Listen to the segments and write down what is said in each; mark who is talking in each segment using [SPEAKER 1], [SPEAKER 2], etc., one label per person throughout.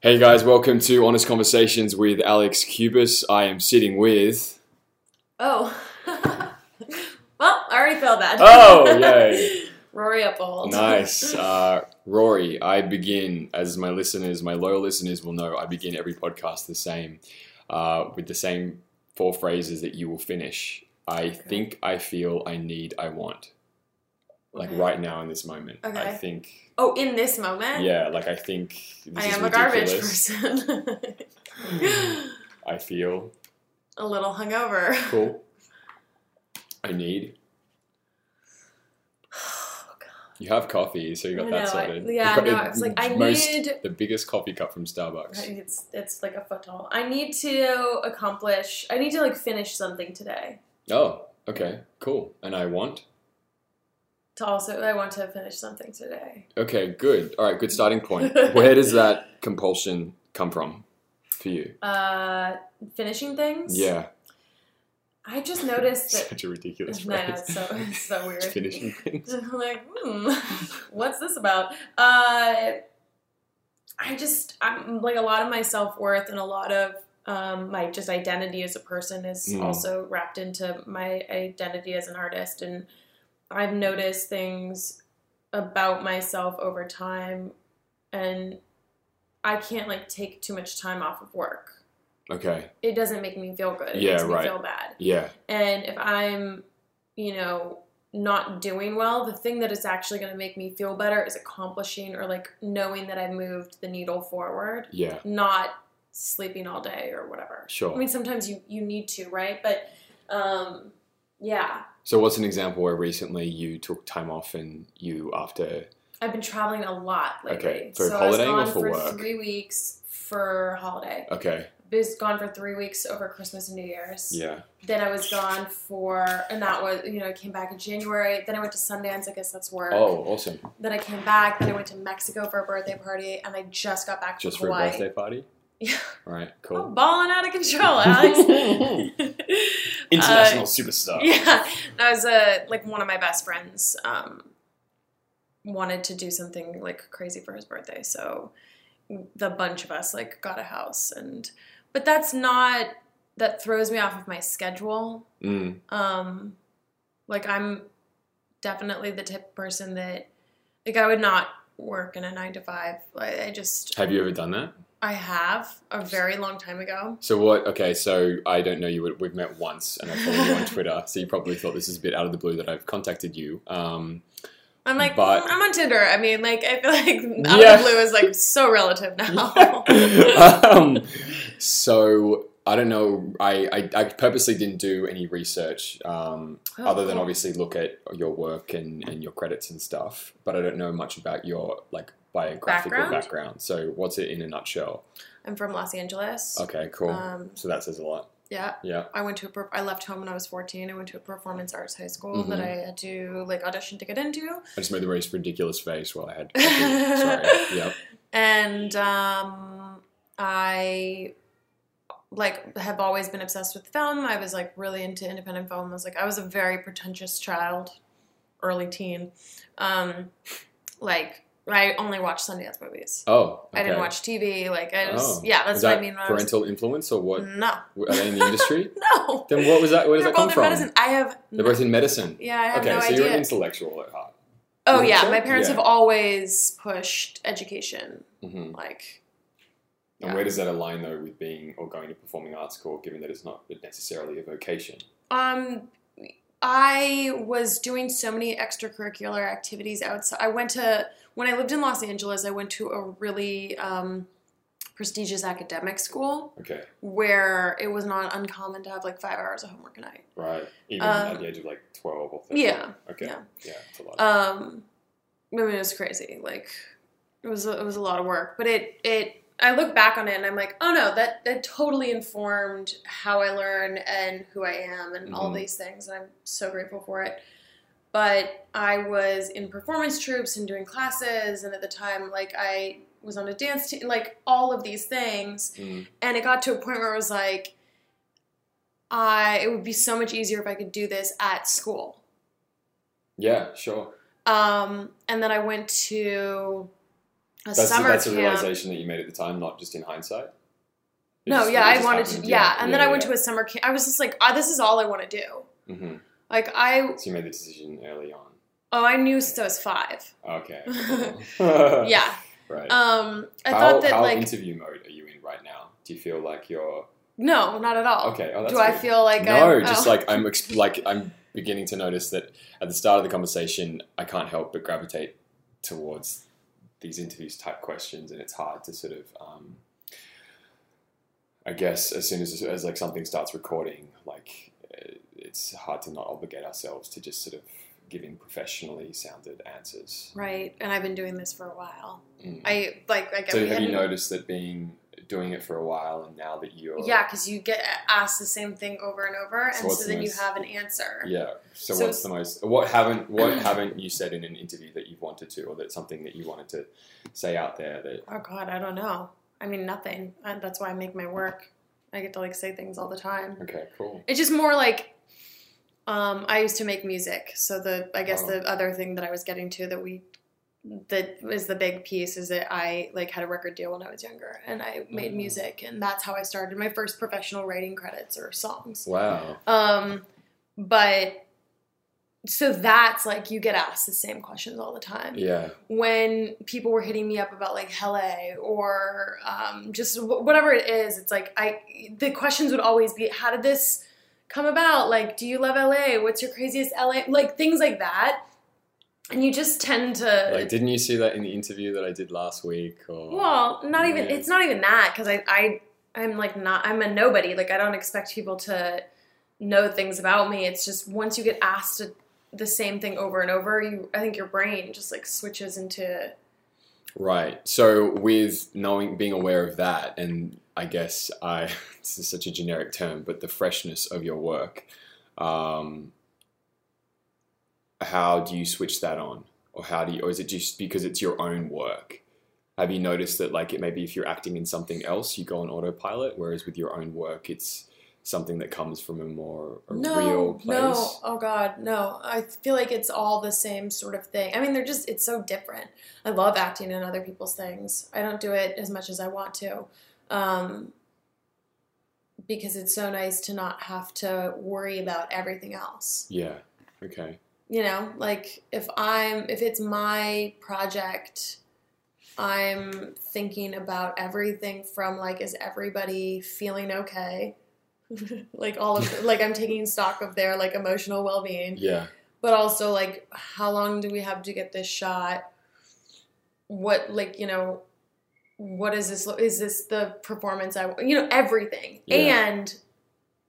[SPEAKER 1] Hey guys, welcome to Honest Conversations with Alex Cubis. I am sitting with.
[SPEAKER 2] Oh. well, I already failed that.
[SPEAKER 1] Oh, yay.
[SPEAKER 2] Rory Uphold.
[SPEAKER 1] Nice. Uh, Rory, I begin, as my listeners, my loyal listeners will know, I begin every podcast the same, uh, with the same four phrases that you will finish. I think, I feel, I need, I want. Like
[SPEAKER 2] Okay.
[SPEAKER 1] right now in this moment. I
[SPEAKER 2] Okay.
[SPEAKER 1] think.
[SPEAKER 2] Oh, in this moment?
[SPEAKER 1] Yeah, like I think this
[SPEAKER 2] I
[SPEAKER 1] is
[SPEAKER 2] am a garbage
[SPEAKER 1] ridiculous.
[SPEAKER 2] person.
[SPEAKER 1] I feel
[SPEAKER 2] a little hungover.
[SPEAKER 1] cool. I need. You have coffee, so you got that
[SPEAKER 2] I know, I-
[SPEAKER 1] sorted.
[SPEAKER 2] yeah,
[SPEAKER 1] You've got
[SPEAKER 2] no,
[SPEAKER 1] the
[SPEAKER 2] I was like, I
[SPEAKER 1] most-
[SPEAKER 2] need-
[SPEAKER 1] the biggest coffee cup from Starbucks.
[SPEAKER 2] Right, It's it's like a foot tall. I need to accomplish. I need to like finish something today.
[SPEAKER 1] Oh, okay, cool. And I want.
[SPEAKER 2] To also, I want to finish something today.
[SPEAKER 1] Okay, good. All right, good starting point. Where does that compulsion come from for you?
[SPEAKER 2] Uh, finishing things.
[SPEAKER 1] Yeah,
[SPEAKER 2] I just noticed that.
[SPEAKER 1] such a ridiculous
[SPEAKER 2] no,
[SPEAKER 1] phrase.
[SPEAKER 2] it's so it's so weird.
[SPEAKER 1] Finishing things.
[SPEAKER 2] I'm like, hmm, what's this about? Uh, I just, I'm like a lot of my self worth and a lot of um, my just identity as a person is
[SPEAKER 1] Mm.
[SPEAKER 2] also wrapped into my identity as an artist. And I've noticed things about myself over time, and I can't like take too much time off of work.
[SPEAKER 1] Okay,
[SPEAKER 2] It doesn't make me feel good. It
[SPEAKER 1] Yeah,
[SPEAKER 2] makes me
[SPEAKER 1] right.
[SPEAKER 2] feel bad.
[SPEAKER 1] yeah,
[SPEAKER 2] And if I'm, you know, not doing well, the thing that is actually going to make me feel better is accomplishing or like knowing that I moved the needle forward,
[SPEAKER 1] yeah,
[SPEAKER 2] not sleeping all day or whatever.
[SPEAKER 1] sure.
[SPEAKER 2] I mean, sometimes you you need to, right? But um yeah,
[SPEAKER 1] so, what's an example where recently you took time off and you, after.
[SPEAKER 2] I've been traveling a lot lately.
[SPEAKER 1] Okay, for
[SPEAKER 2] so
[SPEAKER 1] holidaying or
[SPEAKER 2] I was gone
[SPEAKER 1] for work?
[SPEAKER 2] 3 weeks for holiday.
[SPEAKER 1] Okay,
[SPEAKER 2] was gone for 3 weeks over Christmas and New Year's.
[SPEAKER 1] yeah,
[SPEAKER 2] Then I was gone for and that was, you know, I came back in January. Then I went to Sundance, I guess that's work.
[SPEAKER 1] Oh, awesome.
[SPEAKER 2] Then I came back. Then I went to Mexico for a birthday party, and I just got back
[SPEAKER 1] Just
[SPEAKER 2] from
[SPEAKER 1] for a
[SPEAKER 2] Hawaii.
[SPEAKER 1] birthday party?
[SPEAKER 2] Yeah. Oh,
[SPEAKER 1] All right,
[SPEAKER 2] I'm
[SPEAKER 1] cool.
[SPEAKER 2] balling out of control, Alex.
[SPEAKER 1] International
[SPEAKER 2] Uh,
[SPEAKER 1] superstar.
[SPEAKER 2] yeah, and I was uh, like one of my best friends um, wanted to do something like crazy for his birthday, so the bunch of us like got a house, and but that's not that throws me off of my schedule.
[SPEAKER 1] Mm,
[SPEAKER 2] um like i'm definitely the type of person that like i would not work in a nine to five i, I just
[SPEAKER 1] Have you ever done that?
[SPEAKER 2] i have a very long time ago
[SPEAKER 1] So what? Okay, so I don't know you. but We've met once, and I follow you on Twitter. So you probably thought this is a bit out of the blue that I've contacted you. Um,
[SPEAKER 2] i'm like
[SPEAKER 1] But-
[SPEAKER 2] "Mm, i'm on tinder i mean like i feel like out
[SPEAKER 1] Yeah.
[SPEAKER 2] of the blue is like so relative now
[SPEAKER 1] um, so I don't know. I, I I purposely didn't do any research, um,
[SPEAKER 2] Oh,
[SPEAKER 1] other than
[SPEAKER 2] cool.
[SPEAKER 1] obviously look at your work and and your credits and stuff. But I don't know much about your like biographical
[SPEAKER 2] Background?
[SPEAKER 1] background. So what's it in a nutshell?
[SPEAKER 2] i'm from los angeles
[SPEAKER 1] Okay, cool.
[SPEAKER 2] um
[SPEAKER 1] so that says a lot.
[SPEAKER 2] yeah
[SPEAKER 1] Yeah.
[SPEAKER 2] I went to a per- I left home when I was 14. I went to a performance arts high school
[SPEAKER 1] Mhm.
[SPEAKER 2] that I had to like audition to get into.
[SPEAKER 1] I just made the most ridiculous face while I had coffee. Sorry. Yep.
[SPEAKER 2] and um, I like have always been obsessed with film. I was like really into independent film. I was like I was a very pretentious child, early teen. Um, like I only watched Sundance movies.
[SPEAKER 1] Oh, okay.
[SPEAKER 2] I didn't watch TV. Like I was
[SPEAKER 1] Oh.
[SPEAKER 2] yeah, that's
[SPEAKER 1] Is
[SPEAKER 2] what
[SPEAKER 1] that
[SPEAKER 2] I mean. When
[SPEAKER 1] parental influence or
[SPEAKER 2] I
[SPEAKER 1] what?
[SPEAKER 2] was, no,
[SPEAKER 1] Are they in the industry?
[SPEAKER 2] no.
[SPEAKER 1] then what was that? Where does
[SPEAKER 2] They're
[SPEAKER 1] that come
[SPEAKER 2] both
[SPEAKER 1] from?
[SPEAKER 2] in medicine. I have.
[SPEAKER 1] They're
[SPEAKER 2] no-
[SPEAKER 1] both in medicine.
[SPEAKER 2] yeah, I have
[SPEAKER 1] okay,
[SPEAKER 2] no
[SPEAKER 1] so
[SPEAKER 2] idea.
[SPEAKER 1] you're an intellectual at heart.
[SPEAKER 2] oh
[SPEAKER 1] Is it
[SPEAKER 2] yeah,
[SPEAKER 1] so?
[SPEAKER 2] my parents
[SPEAKER 1] Yeah.
[SPEAKER 2] have always pushed education.
[SPEAKER 1] hmm And
[SPEAKER 2] Like
[SPEAKER 1] where does that align though with being or going to performing arts school, given that it's not necessarily a vocation?
[SPEAKER 2] Um, I was doing so many extracurricular activities outside. I went to when I lived in Los Angeles. I went to a really um, prestigious academic school
[SPEAKER 1] Okay,
[SPEAKER 2] where it was not uncommon to have like five hours of homework a night.
[SPEAKER 1] right. Even
[SPEAKER 2] Um,
[SPEAKER 1] at the age of like twelve or thirteen.
[SPEAKER 2] Yeah.
[SPEAKER 1] Okay.
[SPEAKER 2] yeah.
[SPEAKER 1] it's a lot.
[SPEAKER 2] Um, I mean, it was crazy. Like, it was a, it was a lot of work, but it it I look back on it and I'm like, oh no, that that totally informed how I learn and who I am and all
[SPEAKER 1] Mhm.
[SPEAKER 2] these things, and I'm so grateful for it. But I was in performance troops and doing classes, and at the time, like I was on a dance team, like all of these things,
[SPEAKER 1] Mm,
[SPEAKER 2] and it got to a point where it was like, I it would be so much easier if I could do this at school.
[SPEAKER 1] yeah, sure.
[SPEAKER 2] Um, and then I went to a
[SPEAKER 1] That's,
[SPEAKER 2] summer
[SPEAKER 1] that's a
[SPEAKER 2] camp.
[SPEAKER 1] realization that you made at the time, not just in hindsight. It
[SPEAKER 2] no,
[SPEAKER 1] just-
[SPEAKER 2] yeah,
[SPEAKER 1] it
[SPEAKER 2] I
[SPEAKER 1] just
[SPEAKER 2] wanted to.
[SPEAKER 1] happened,
[SPEAKER 2] Yeah, and then I went to a summer camp. I was just like, ah, this is all I want to do.
[SPEAKER 1] yeah. Mhm.
[SPEAKER 2] Like I,
[SPEAKER 1] So you made the decision early on.
[SPEAKER 2] oh, I knew since I was five.
[SPEAKER 1] Okay.
[SPEAKER 2] Yeah.
[SPEAKER 1] Right.
[SPEAKER 2] Um, I
[SPEAKER 1] Oh, how
[SPEAKER 2] thought that
[SPEAKER 1] how
[SPEAKER 2] like
[SPEAKER 1] interview mode are you in right now? Do you feel like you're
[SPEAKER 2] no, not at all.
[SPEAKER 1] okay? Oh, that's
[SPEAKER 2] Do I
[SPEAKER 1] good.
[SPEAKER 2] feel like
[SPEAKER 1] no,
[SPEAKER 2] I'm,
[SPEAKER 1] just
[SPEAKER 2] oh.
[SPEAKER 1] like I'm ex- like I'm beginning to notice that at the start of the conversation, I can't help but gravitate towards these interviews type questions, and it's hard to sort of, um, I guess, as soon as as like something starts recording, like uh, it's hard to not obligate ourselves to just sort of giving professionally sounded answers.
[SPEAKER 2] right? And I've been doing this for a while.
[SPEAKER 1] Mm.
[SPEAKER 2] I like I guess
[SPEAKER 1] so
[SPEAKER 2] we
[SPEAKER 1] have you
[SPEAKER 2] hadn't-
[SPEAKER 1] noticed that being doing it for a while, and now that you're
[SPEAKER 2] Yeah, because you get asked the same thing over and over,
[SPEAKER 1] So
[SPEAKER 2] and
[SPEAKER 1] what's
[SPEAKER 2] so then
[SPEAKER 1] the
[SPEAKER 2] you
[SPEAKER 1] most-
[SPEAKER 2] have an answer.
[SPEAKER 1] Yeah. So,
[SPEAKER 2] So
[SPEAKER 1] what's the most what haven't what haven't you said in an interview that you've wanted to, or that's something that you wanted to say out there that
[SPEAKER 2] Oh God, I don't know. I mean, nothing. I, that's why I make my work. I get to like say things all the time.
[SPEAKER 1] okay, cool.
[SPEAKER 2] It's just more like um, I used to make music, so the I guess
[SPEAKER 1] Oh.
[SPEAKER 2] the other thing that I was getting to that we that is the big piece is that I like had a record deal when I was younger, and I made
[SPEAKER 1] Mm.
[SPEAKER 2] music, and that's how I started my first professional writing credits or songs.
[SPEAKER 1] Wow.
[SPEAKER 2] Um, but so that's like you get asked the same questions all the time
[SPEAKER 1] Yeah.
[SPEAKER 2] when people were hitting me up about like Hele or um, just w- whatever it is, it's like I the questions would always be, how did this come about? Like, do you love LA? What's your craziest LA? Like things like that, and you just tend to
[SPEAKER 1] Like, didn't you see that in the interview that I did last week? Or
[SPEAKER 2] uh, well, not even
[SPEAKER 1] Yeah.
[SPEAKER 2] it's not even that because I I I'm like not I'm a nobody. Like I don't expect people to know things about me. It's just once you get asked to, the same thing over and over, you I think your brain just like switches into
[SPEAKER 1] right. So, with knowing, being aware of that, and I guess I this is such a generic term, but the freshness of your work. Um, how do you switch that on or how do you or is it just because it's your own work have you noticed that like it maybe if you're acting in something else you go on autopilot whereas with your own work it's something that comes from a more a real place
[SPEAKER 2] No, oh god, no. I feel like it's all the same sort of thing. I mean, they're just it's so different. I love acting in other people's things. I don't do it as much as I want to. Um because it's so nice to not have to worry about everything else.
[SPEAKER 1] yeah okay
[SPEAKER 2] You know, like if I'm if it's my project, I'm thinking about everything from like is everybody feeling okay? like all of like I'm taking stock of their like emotional well-being,
[SPEAKER 1] yeah
[SPEAKER 2] but also like how long do we have to get this shot? What like, you know, what is this is this the performance I you know everything.
[SPEAKER 1] Yeah.
[SPEAKER 2] And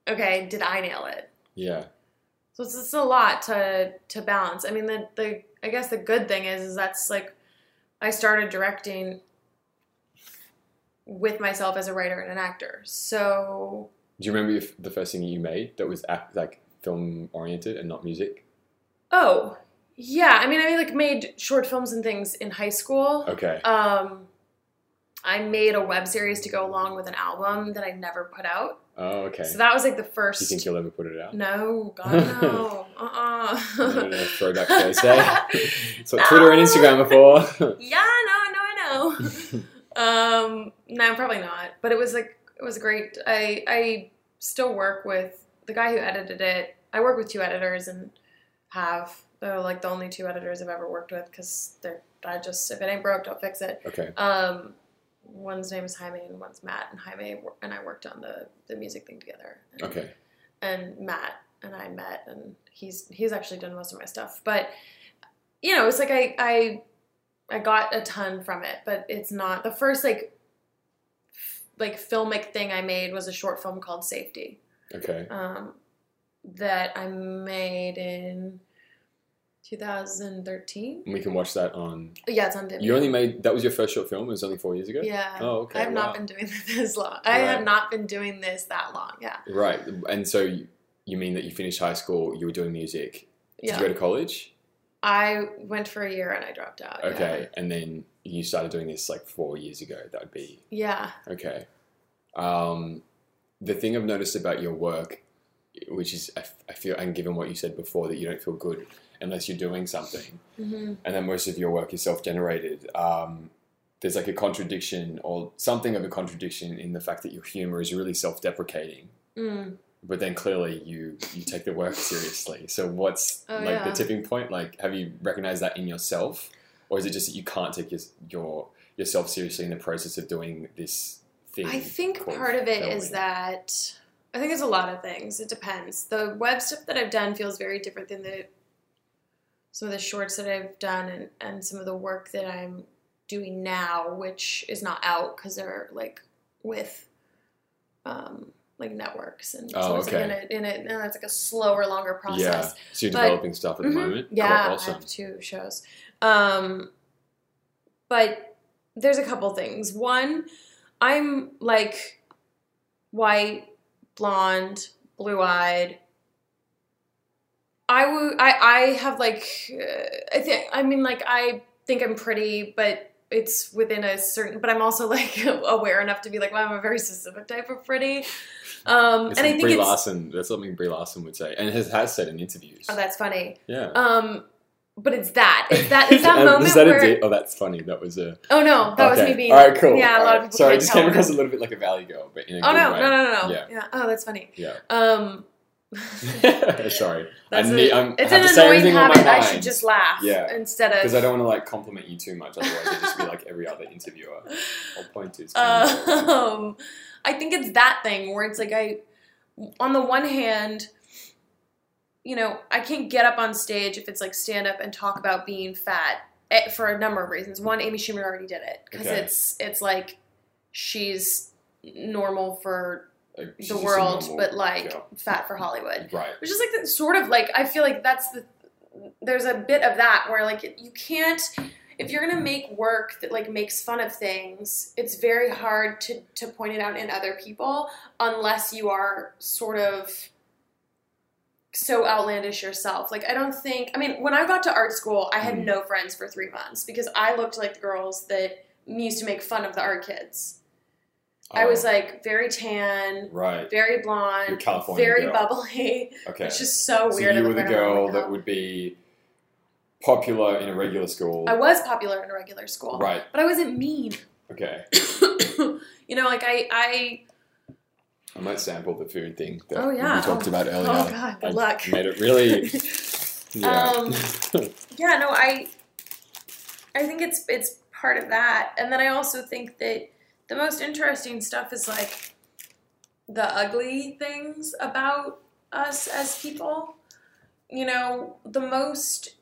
[SPEAKER 2] okay, did I nail it?
[SPEAKER 1] yeah
[SPEAKER 2] So it's just a lot to to balance. I mean, the the I guess the good thing is is that's like I started directing with myself as a writer and an actor. So
[SPEAKER 1] do you remember if the first thing you made that was act, like film oriented and not music
[SPEAKER 2] oh yeah, I mean, I like made short films and things in high school.
[SPEAKER 1] okay
[SPEAKER 2] Um, I made a web series to go along with an album that I never put out.
[SPEAKER 1] oh okay
[SPEAKER 2] So that was like the
[SPEAKER 1] do you
[SPEAKER 2] first.
[SPEAKER 1] think you'll ever put it out
[SPEAKER 2] no, God no. Uh
[SPEAKER 1] No,
[SPEAKER 2] uh
[SPEAKER 1] no, no, throwback thursday that's what twitter and instagram are for
[SPEAKER 2] Yeah, no, no, I know. um, no, probably not. But it was like it was great. I I still work with the guy who edited it. I work with two editors and have they're like the only two editors I've ever worked with because they're I just if it ain't broke, don't fix it.
[SPEAKER 1] okay
[SPEAKER 2] Um, one's name is Jaime and one's Matt, and Jaime wor- and I worked on the the music thing together. And
[SPEAKER 1] okay
[SPEAKER 2] and Matt and I met, and he's he's actually done most of my stuff. But you know, it's like I I I got a ton from it, but it's not the first like f- like filmic thing I made was a short film called Safety
[SPEAKER 1] okay
[SPEAKER 2] um, that I made in 2013.
[SPEAKER 1] And we can watch that on.
[SPEAKER 2] Yeah, it's on Vimeo.
[SPEAKER 1] You only made that was your first short film. It was only four years ago.
[SPEAKER 2] yeah.
[SPEAKER 1] Oh, okay.
[SPEAKER 2] I have
[SPEAKER 1] wow.
[SPEAKER 2] not been doing this long. I
[SPEAKER 1] Right.
[SPEAKER 2] have not been doing this that long. Yeah.
[SPEAKER 1] Right, and so you, you mean that you finished high school, you were doing music. Did
[SPEAKER 2] Yeah.
[SPEAKER 1] you go to college?
[SPEAKER 2] I went for a year and I dropped out. yeah.
[SPEAKER 1] Okay, and then you started doing this like four years ago. That would be
[SPEAKER 2] Yeah.
[SPEAKER 1] okay. Um, the thing I've noticed about your work, which is I, f- I feel, and given what you said before, that you don't feel good unless you're doing something.
[SPEAKER 2] hmm
[SPEAKER 1] and then most of your work is self-generated. Um, there's like a contradiction or something of a contradiction in the fact that your humor is really self-deprecating
[SPEAKER 2] Mm.
[SPEAKER 1] but then clearly you you take the work seriously so what's
[SPEAKER 2] Oh,
[SPEAKER 1] like
[SPEAKER 2] yeah.
[SPEAKER 1] the tipping point like have you recognized that in yourself or is it just that you can't take your, your yourself seriously in the process of doing this thing
[SPEAKER 2] I think
[SPEAKER 1] called
[SPEAKER 2] part of it is
[SPEAKER 1] filming?
[SPEAKER 2] that I think it's a lot of things. It depends. The web stuff that I've done feels very different than the some of the shorts that I've done and, and some of the work that I'm doing now, which is not out because they're like with um, like networks and
[SPEAKER 1] Oh,
[SPEAKER 2] so it's
[SPEAKER 1] okay.
[SPEAKER 2] like in it in it and that's like a slower, longer process.
[SPEAKER 1] yeah so you're
[SPEAKER 2] but-
[SPEAKER 1] developing stuff at the
[SPEAKER 2] Mhm.
[SPEAKER 1] moment
[SPEAKER 2] Yeah,
[SPEAKER 1] Cool,
[SPEAKER 2] I
[SPEAKER 1] awesome
[SPEAKER 2] have two shows. Um, but there's a couple things. One, I'm like white, blonde, blue eyed. I would. I I have like. Uh, I think. I mean, like I think I'm pretty, but it's within a certain. But I'm also like aware enough to be like, well, I'm a very specific type of pretty. Um,
[SPEAKER 1] It's
[SPEAKER 2] and I
[SPEAKER 1] like
[SPEAKER 2] think
[SPEAKER 1] Brie
[SPEAKER 2] it's.
[SPEAKER 1] Larson. That's something Brie Larson would say, and has, has said in interviews.
[SPEAKER 2] Oh, that's funny.
[SPEAKER 1] yeah.
[SPEAKER 2] Um, but it's that. It's Oh, that. It's that
[SPEAKER 1] Um,
[SPEAKER 2] moment
[SPEAKER 1] was that a
[SPEAKER 2] where.
[SPEAKER 1] date? Oh, that's funny. That was a.
[SPEAKER 2] Oh no, that was
[SPEAKER 1] okay.
[SPEAKER 2] me being.
[SPEAKER 1] All right, cool.
[SPEAKER 2] Yeah, a
[SPEAKER 1] All
[SPEAKER 2] lot of
[SPEAKER 1] right.
[SPEAKER 2] people.
[SPEAKER 1] Sorry, I
[SPEAKER 2] can't
[SPEAKER 1] just
[SPEAKER 2] tell
[SPEAKER 1] came across a
[SPEAKER 2] when-
[SPEAKER 1] little bit like a valley girl, but in a
[SPEAKER 2] Oh
[SPEAKER 1] good
[SPEAKER 2] no,
[SPEAKER 1] way.
[SPEAKER 2] no, no, no, no.
[SPEAKER 1] Yeah.
[SPEAKER 2] Yeah. Oh, that's funny.
[SPEAKER 1] Yeah.
[SPEAKER 2] Um,
[SPEAKER 1] Sorry. I
[SPEAKER 2] that's a-
[SPEAKER 1] need, I'm,
[SPEAKER 2] it's
[SPEAKER 1] I have
[SPEAKER 2] an
[SPEAKER 1] to say
[SPEAKER 2] annoying
[SPEAKER 1] everything on
[SPEAKER 2] habit.
[SPEAKER 1] my
[SPEAKER 2] I
[SPEAKER 1] mind.
[SPEAKER 2] should just laugh
[SPEAKER 1] Yeah.
[SPEAKER 2] instead of
[SPEAKER 1] because I don't want to like compliment you too much, otherwise I'll just be like every other interviewer. I'll point to. his camera.
[SPEAKER 2] um, I think it's that thing where it's like I, on the one hand, you know, I can't get up on stage if it's like stand up and talk about being fat eh, for a number of reasons. One, Amy Schumer already did it because
[SPEAKER 1] Okay.
[SPEAKER 2] it's it's like she's normal for
[SPEAKER 1] Like, she's
[SPEAKER 2] the
[SPEAKER 1] just a
[SPEAKER 2] world,
[SPEAKER 1] normal
[SPEAKER 2] but like
[SPEAKER 1] girl.
[SPEAKER 2] fat for Hollywood.
[SPEAKER 1] right.
[SPEAKER 2] which is like the, sort of like I feel like that's the there's a bit of that where like you can't if you're gonna make work that like makes fun of things, it's very hard to to point it out in other people unless you are sort of so outlandish yourself. Like I don't think I mean when I got to art school, I had
[SPEAKER 1] Mhm.
[SPEAKER 2] no friends for three months because I looked like the girls that used to make fun of the art kids. I was
[SPEAKER 1] Oh,
[SPEAKER 2] like very tan,
[SPEAKER 1] right.
[SPEAKER 2] very
[SPEAKER 1] You're
[SPEAKER 2] blonde,
[SPEAKER 1] California
[SPEAKER 2] very
[SPEAKER 1] girl.
[SPEAKER 2] bubbly.
[SPEAKER 1] Okay.
[SPEAKER 2] It's just so
[SPEAKER 1] so
[SPEAKER 2] weird.
[SPEAKER 1] you
[SPEAKER 2] at
[SPEAKER 1] were the
[SPEAKER 2] point I'm
[SPEAKER 1] girl
[SPEAKER 2] like,
[SPEAKER 1] that
[SPEAKER 2] oh.
[SPEAKER 1] would be popular in a regular school.
[SPEAKER 2] I was popular in a regular school,
[SPEAKER 1] Right.
[SPEAKER 2] but I wasn't mean.
[SPEAKER 1] Okay.
[SPEAKER 2] you know, like I, I.
[SPEAKER 1] I might sample the food thing that
[SPEAKER 2] Oh, yeah.
[SPEAKER 1] we talked about
[SPEAKER 2] Oh
[SPEAKER 1] earlier.
[SPEAKER 2] God,
[SPEAKER 1] I
[SPEAKER 2] good luck.
[SPEAKER 1] Made it really. Yeah.
[SPEAKER 2] Um, yeah, no, I. I think it's it's part of that, and then I also think that the most interesting stuff is like the ugly things about us as people. You know, the most.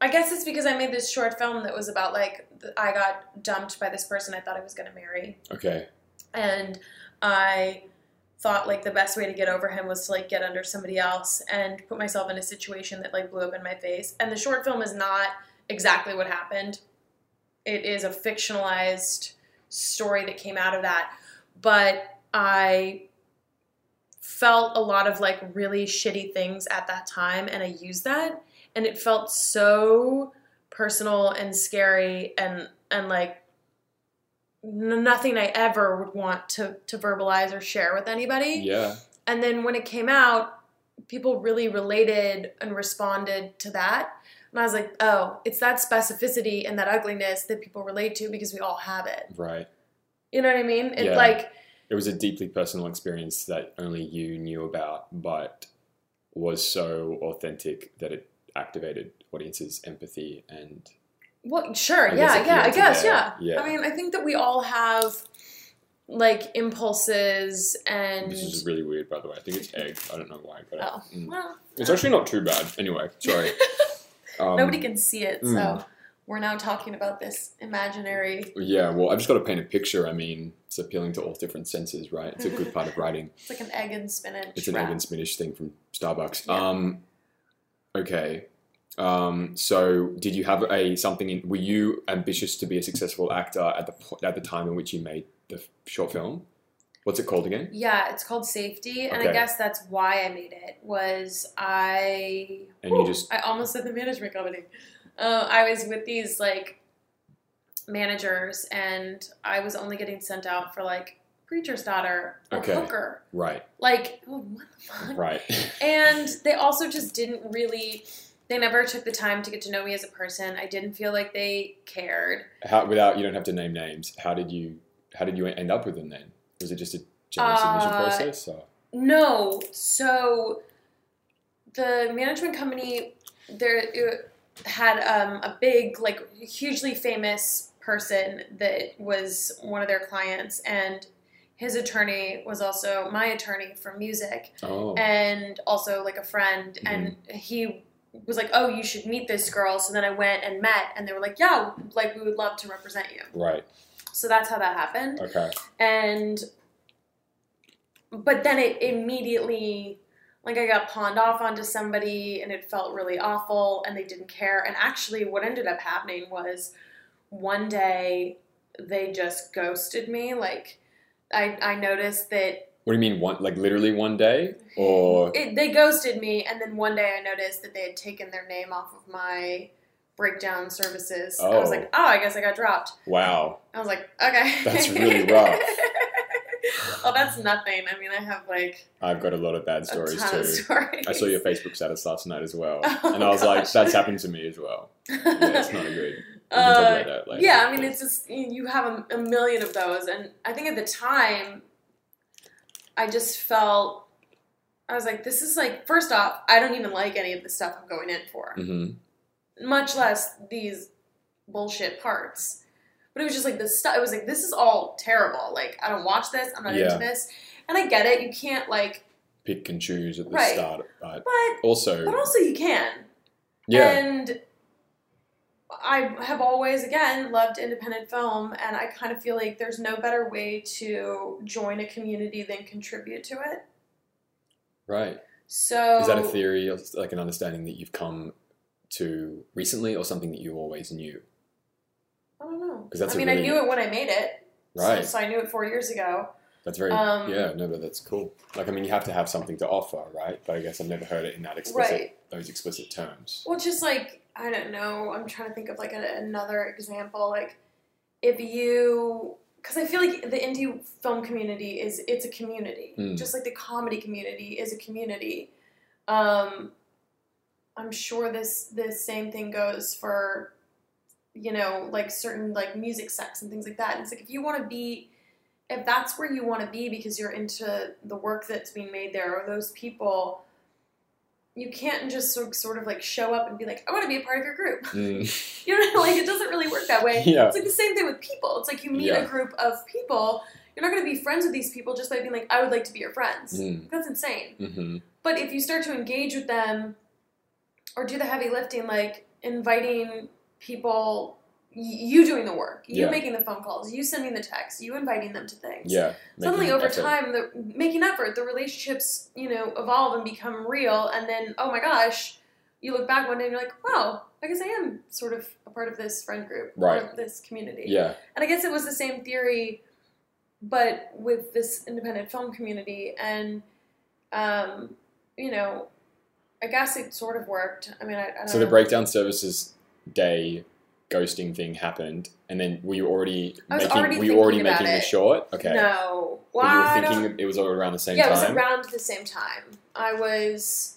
[SPEAKER 2] I guess it's because I made this short film that was about like th- I got dumped by this person I thought I was going to marry.
[SPEAKER 1] okay.
[SPEAKER 2] and I thought like the best way to get over him was to like get under somebody else and put myself in a situation that like blew up in my face. And the short film is not exactly what happened. It is a fictionalized story that came out of that, but I felt a lot of like really shitty things at that time and I used that and it felt so personal and scary and and like n- nothing I ever would want to to verbalize or share with anybody.
[SPEAKER 1] Yeah.
[SPEAKER 2] And then when it came out, people really related and responded to that. And I was like, oh, it's that specificity and that ugliness that people relate to because we all have it.
[SPEAKER 1] Right.
[SPEAKER 2] You know what I mean? It
[SPEAKER 1] Yeah.
[SPEAKER 2] like
[SPEAKER 1] It was a deeply personal experience that only you knew about, but was so authentic that it activated audiences' empathy and.
[SPEAKER 2] Well, sure.
[SPEAKER 1] I guess
[SPEAKER 2] yeah,
[SPEAKER 1] if
[SPEAKER 2] yeah.
[SPEAKER 1] you're
[SPEAKER 2] I
[SPEAKER 1] into
[SPEAKER 2] guess.
[SPEAKER 1] that,
[SPEAKER 2] Yeah.
[SPEAKER 1] yeah.
[SPEAKER 2] I mean, I think that we all have like impulses and.
[SPEAKER 1] This is really weird, by the way. I think it's egg. I don't know why I got it.
[SPEAKER 2] oh,
[SPEAKER 1] Mm.
[SPEAKER 2] well,
[SPEAKER 1] It's actually not too bad. Anyway, sorry. Um,
[SPEAKER 2] nobody can see it,
[SPEAKER 1] mm.
[SPEAKER 2] so we're now talking about this imaginary.
[SPEAKER 1] Yeah, well, I've just got to paint a picture. I mean, it's appealing to all different senses, right? It's a good part of writing.
[SPEAKER 2] It's like an egg and spinach.
[SPEAKER 1] It's an
[SPEAKER 2] wrap.
[SPEAKER 1] egg and spinach thing from Starbucks.
[SPEAKER 2] Yeah.
[SPEAKER 1] Um, okay. Um, so, did you have a something? In, were you ambitious to be a successful actor at the po- at the time in which you made the f- short film? What's it called again?
[SPEAKER 2] Yeah, it's called Safety, and
[SPEAKER 1] Okay.
[SPEAKER 2] I guess that's why I made it. Was I?
[SPEAKER 1] And you just-
[SPEAKER 2] I almost said the management company. Uh, I was with these like managers, and I was only getting sent out for like preacher's daughter or
[SPEAKER 1] Okay.
[SPEAKER 2] hooker.
[SPEAKER 1] Right,
[SPEAKER 2] Like, oh, what the fuck?
[SPEAKER 1] right.
[SPEAKER 2] And they also just didn't really They never took the time to get to know me as a person. I didn't feel like they cared.
[SPEAKER 1] How without you don't have to name names. How did you how did you end up with them then? Was it just a general submission
[SPEAKER 2] Uh,
[SPEAKER 1] process? Or?
[SPEAKER 2] No, so the management company there uh, had um, a big, like, hugely famous person that was one of their clients, and his attorney was also my attorney for music.
[SPEAKER 1] Oh,
[SPEAKER 2] and also like a friend and he was like oh you should meet this girl so then i went and met and they were like yeah like we would love to represent you
[SPEAKER 1] right.
[SPEAKER 2] so that's how that happened
[SPEAKER 1] Okay.
[SPEAKER 2] and but then it immediately like i got pawned off onto somebody and it felt really awful and they didn't care and actually what ended up happening was one day they just ghosted me like i, I noticed that
[SPEAKER 1] What do you mean one like literally one day or
[SPEAKER 2] it, they ghosted me, and then one day I noticed that they had taken their name off of my breakdown services. I was
[SPEAKER 1] Oh.
[SPEAKER 2] like, oh, I guess I got dropped.
[SPEAKER 1] wow.
[SPEAKER 2] I was like, okay.
[SPEAKER 1] That's really rough.
[SPEAKER 2] well, that's nothing. I mean, I have like
[SPEAKER 1] I've got a lot of bad
[SPEAKER 2] a ton
[SPEAKER 1] stories
[SPEAKER 2] of
[SPEAKER 1] too.
[SPEAKER 2] stories.
[SPEAKER 1] I saw your Facebook status last night as well.
[SPEAKER 2] Oh,
[SPEAKER 1] and I was like,
[SPEAKER 2] gosh.
[SPEAKER 1] that's happened to me as well. Yeah, it's not a good. We can talk
[SPEAKER 2] Uh,
[SPEAKER 1] about that later.
[SPEAKER 2] yeah, I mean, it's just you have a, a million of those, and I think at the time, I just felt I was like, this is like, first off, I don't even like any of the stuff I'm going in for,
[SPEAKER 1] Mhm.
[SPEAKER 2] much less these bullshit parts. But it was just like this stuff. It was like this is all terrible. Like I don't watch this. I'm not
[SPEAKER 1] Yeah.
[SPEAKER 2] into this. And I get it. You can't like,
[SPEAKER 1] pick and choose at the
[SPEAKER 2] Right.
[SPEAKER 1] start, but
[SPEAKER 2] but
[SPEAKER 1] also,
[SPEAKER 2] but also you can.
[SPEAKER 1] yeah,
[SPEAKER 2] And I have always, again, loved independent film, and I kind of feel like there's no better way to join a community than contribute to it.
[SPEAKER 1] right.
[SPEAKER 2] So
[SPEAKER 1] Is that a theory, or s- like an understanding that you've come to recently, or something that you always knew?
[SPEAKER 2] I don't know.
[SPEAKER 1] 'Cause that's
[SPEAKER 2] I
[SPEAKER 1] a
[SPEAKER 2] mean, I
[SPEAKER 1] really-
[SPEAKER 2] knew it when I made it, so-
[SPEAKER 1] Right.
[SPEAKER 2] So, I knew it four years ago.
[SPEAKER 1] That's very
[SPEAKER 2] Um,
[SPEAKER 1] yeah. No, but that's cool. Like, I mean, you have to have something to offer, right? But I guess I've never heard it in that explicit
[SPEAKER 2] Right.
[SPEAKER 1] those explicit terms.
[SPEAKER 2] Well, just like I don't know. I'm trying to think of like a, another example. Like if you, because I feel like the indie film community is it's a community,
[SPEAKER 1] Mm.
[SPEAKER 2] just like the comedy community is a community. Um, I'm sure this this same thing goes for, you know, like certain like music sects and things like that. And it's like if you want to be. If that's where you want to be because you're into the work that's being made there or those people, you can't just sort sort of like show up and be like, I want to be a part of your group.
[SPEAKER 1] Mm.
[SPEAKER 2] You know, like it doesn't really work that way.
[SPEAKER 1] Yeah.
[SPEAKER 2] It's like the same thing with people. It's like you meet
[SPEAKER 1] Yeah.
[SPEAKER 2] a group of people, you're not going to be friends with these people just by being like, I would like to be your friends.
[SPEAKER 1] Mm.
[SPEAKER 2] That's insane.
[SPEAKER 1] hmm
[SPEAKER 2] But if you start to engage with them or do the heavy lifting, like inviting people, y- you doing the work, you
[SPEAKER 1] Yeah.
[SPEAKER 2] making the phone calls, you sending the texts, you inviting them to things.
[SPEAKER 1] Yeah.
[SPEAKER 2] Suddenly,
[SPEAKER 1] making
[SPEAKER 2] over
[SPEAKER 1] effort.
[SPEAKER 2] time, the making effort, the relationships, you know, evolve and become real. And then, oh my gosh, you look back one day and you're like, wow, I guess I am sort of a part of this friend group, part
[SPEAKER 1] Right.
[SPEAKER 2] of this community.
[SPEAKER 1] Yeah.
[SPEAKER 2] And I guess it was the same theory, but with this independent film community. And, um, you know, I guess it sort of worked. I mean, I, I don't
[SPEAKER 1] So
[SPEAKER 2] know.
[SPEAKER 1] the breakdown services day ghosting thing happened, and then were you already
[SPEAKER 2] I was
[SPEAKER 1] making
[SPEAKER 2] already
[SPEAKER 1] were you already
[SPEAKER 2] thinking about
[SPEAKER 1] making the
[SPEAKER 2] it.
[SPEAKER 1] short? Okay.
[SPEAKER 2] No.
[SPEAKER 1] But
[SPEAKER 2] Well, I
[SPEAKER 1] you were
[SPEAKER 2] don't-
[SPEAKER 1] thinking it was all around the same
[SPEAKER 2] yeah, it
[SPEAKER 1] time.
[SPEAKER 2] was around the same time. I was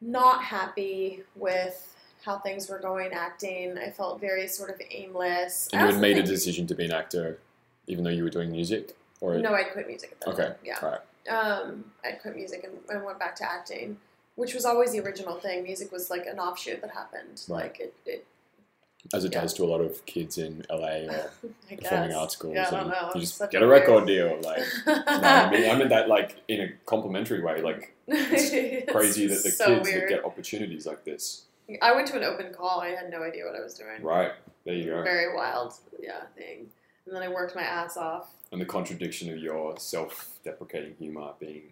[SPEAKER 2] not happy with how things were going acting. I felt very sort of aimless.
[SPEAKER 1] and
[SPEAKER 2] I
[SPEAKER 1] you had
[SPEAKER 2] also
[SPEAKER 1] made a
[SPEAKER 2] think-
[SPEAKER 1] decision to be an actor, even though you were doing music, or
[SPEAKER 2] No, I quit music at that
[SPEAKER 1] Okay,
[SPEAKER 2] time. Yeah.
[SPEAKER 1] alright.
[SPEAKER 2] Um, I quit music and, and went back to acting, which was always the original thing. Music was like an offshoot that happened.
[SPEAKER 1] Right.
[SPEAKER 2] Like it, it
[SPEAKER 1] as it
[SPEAKER 2] yeah.
[SPEAKER 1] does to a lot of kids in LA or
[SPEAKER 2] I
[SPEAKER 1] performing
[SPEAKER 2] guess.
[SPEAKER 1] arts schools.
[SPEAKER 2] Yeah, I
[SPEAKER 1] and
[SPEAKER 2] don't know.
[SPEAKER 1] You
[SPEAKER 2] It's
[SPEAKER 1] just
[SPEAKER 2] such
[SPEAKER 1] get a
[SPEAKER 2] weird-
[SPEAKER 1] record deal. Like, no, I mean, I mean that like in a complimentary way. Like,
[SPEAKER 2] It's
[SPEAKER 1] crazy that the
[SPEAKER 2] so
[SPEAKER 1] kids
[SPEAKER 2] weird.
[SPEAKER 1] that get opportunities like this.
[SPEAKER 2] I went to an open call. I had no idea what I was doing.
[SPEAKER 1] Right there, you go.
[SPEAKER 2] very wild yeah thing and then i worked my ass off
[SPEAKER 1] And the contradiction of your self-deprecating humor being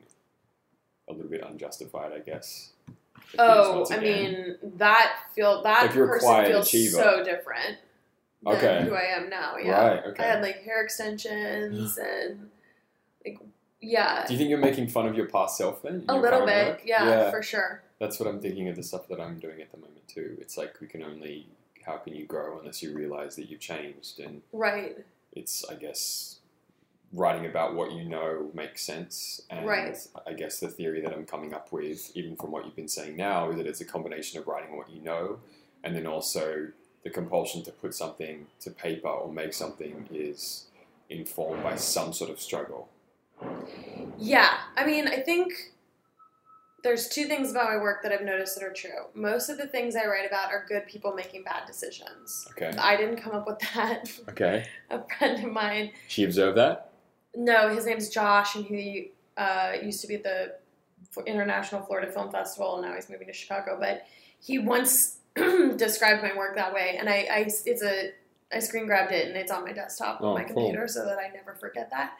[SPEAKER 1] a little bit unjustified, I guess. Appears
[SPEAKER 2] oh
[SPEAKER 1] once
[SPEAKER 2] i
[SPEAKER 1] again.
[SPEAKER 2] mean that feel that
[SPEAKER 1] Like you're a
[SPEAKER 2] person
[SPEAKER 1] quiet
[SPEAKER 2] feels
[SPEAKER 1] achiever.
[SPEAKER 2] so different than
[SPEAKER 1] Okay.
[SPEAKER 2] who i am now yeah
[SPEAKER 1] right? Okay.
[SPEAKER 2] i had like hair extensions and like yeah
[SPEAKER 1] Do you think you're making fun of your past self then? in
[SPEAKER 2] a
[SPEAKER 1] your
[SPEAKER 2] little
[SPEAKER 1] current
[SPEAKER 2] bit
[SPEAKER 1] work?
[SPEAKER 2] yeah, for sure
[SPEAKER 1] That's what I'm thinking of the stuff that I'm doing at the moment too. It's like we can only how can you grow unless you realize that you've changed and
[SPEAKER 2] right
[SPEAKER 1] it's I guess writing about what you know makes sense. And
[SPEAKER 2] Right.
[SPEAKER 1] I guess the theory that I'm coming up with, even from what you've been saying now, is that it's a combination of writing what you know and then also the compulsion to put something to paper or make something is informed by some sort of struggle.
[SPEAKER 2] Yeah, I mean, I think there's two things about my work that I've noticed that are true. Most of the things I write about are good people making bad decisions.
[SPEAKER 1] Okay.
[SPEAKER 2] I didn't come up with that.
[SPEAKER 1] Okay.
[SPEAKER 2] A friend of mine,
[SPEAKER 1] She observed that?
[SPEAKER 2] no, his name's Josh, and he uh, used to be at the F- International Florida Film Festival, and now he's moving to Chicago. But he once described my work that way, and I, I it's a I screen grabbed it, and it's on my desktop
[SPEAKER 1] Oh,
[SPEAKER 2] on my
[SPEAKER 1] cool.
[SPEAKER 2] computer, so that I never forget that.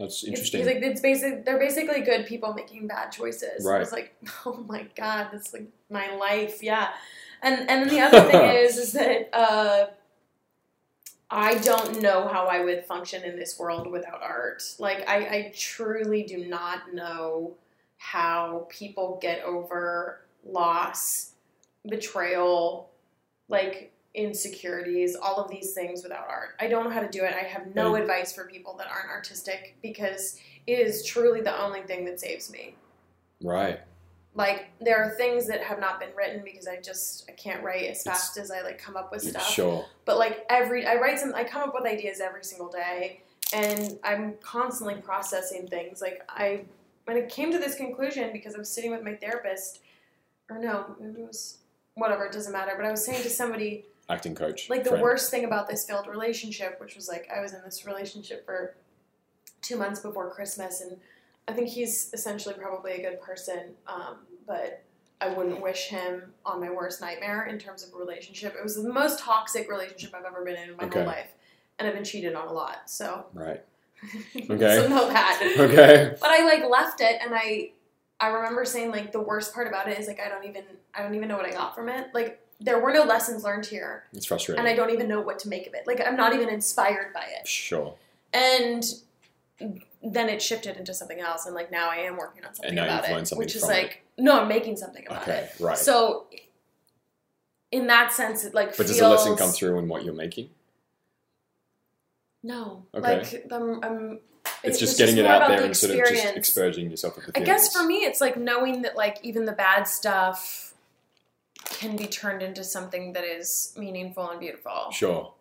[SPEAKER 1] That's
[SPEAKER 2] It's-
[SPEAKER 1] interesting.
[SPEAKER 2] He's like, it's basic. They're basically good people making bad choices. I
[SPEAKER 1] Right.
[SPEAKER 2] was like, oh my god, that's like my life. Yeah. And and then the other thing is, is that uh, I don't know how I would function in this world without art. Like, I, I truly do not know how people get over loss, betrayal, like insecurities, all of these things without art. I don't know how to do it. I have no
[SPEAKER 1] Right.
[SPEAKER 2] advice for people that aren't artistic because it is truly the only thing that saves me.
[SPEAKER 1] right.
[SPEAKER 2] Like there are things that have not been written because I just I can't write as fast as I like come up with stuff.
[SPEAKER 1] Sure.
[SPEAKER 2] But like every I write some I come up with ideas every single day and I'm constantly processing things. Like I when I came to this conclusion because I was sitting with my therapist or no, maybe it was whatever, it doesn't matter, but I was saying to somebody
[SPEAKER 1] Acting coach.
[SPEAKER 2] like the
[SPEAKER 1] friend.
[SPEAKER 2] worst thing about this failed relationship, which was like I was in this relationship for two months before Christmas, and I think he's essentially probably a good person, um, but I wouldn't wish him on my worst nightmare in terms of a relationship. It was the most toxic relationship I've ever been in in my
[SPEAKER 1] Okay.
[SPEAKER 2] whole life, and I've been cheated on a lot, so
[SPEAKER 1] Right.
[SPEAKER 2] so know that.
[SPEAKER 1] Okay.
[SPEAKER 2] But I like left it, and I I remember saying like the worst part about it is like I don't even I don't even know what I got from it. Like there were no lessons learned here
[SPEAKER 1] It's frustrating.
[SPEAKER 2] and I don't even know what to make of it. Like I'm not even inspired by it.
[SPEAKER 1] sure.
[SPEAKER 2] And then it shifted into something else, and like now I am working on something
[SPEAKER 1] now you've
[SPEAKER 2] about
[SPEAKER 1] learned
[SPEAKER 2] it,
[SPEAKER 1] something
[SPEAKER 2] which is
[SPEAKER 1] from it.
[SPEAKER 2] like no, I'm making something about
[SPEAKER 1] Okay.
[SPEAKER 2] it.
[SPEAKER 1] Right.
[SPEAKER 2] So in that sense, it like
[SPEAKER 1] but does
[SPEAKER 2] feels,
[SPEAKER 1] the lesson come through in what you're making?
[SPEAKER 2] No,
[SPEAKER 1] Okay.
[SPEAKER 2] like um, um,
[SPEAKER 1] It's
[SPEAKER 2] it
[SPEAKER 1] just
[SPEAKER 2] was
[SPEAKER 1] getting it
[SPEAKER 2] more
[SPEAKER 1] out
[SPEAKER 2] about
[SPEAKER 1] there
[SPEAKER 2] the
[SPEAKER 1] and sort of just
[SPEAKER 2] experience.
[SPEAKER 1] exposing yourself at the
[SPEAKER 2] I
[SPEAKER 1] feelings.
[SPEAKER 2] guess for me, it's like knowing that like even the bad stuff can be turned into something that is meaningful and beautiful.
[SPEAKER 1] Sure.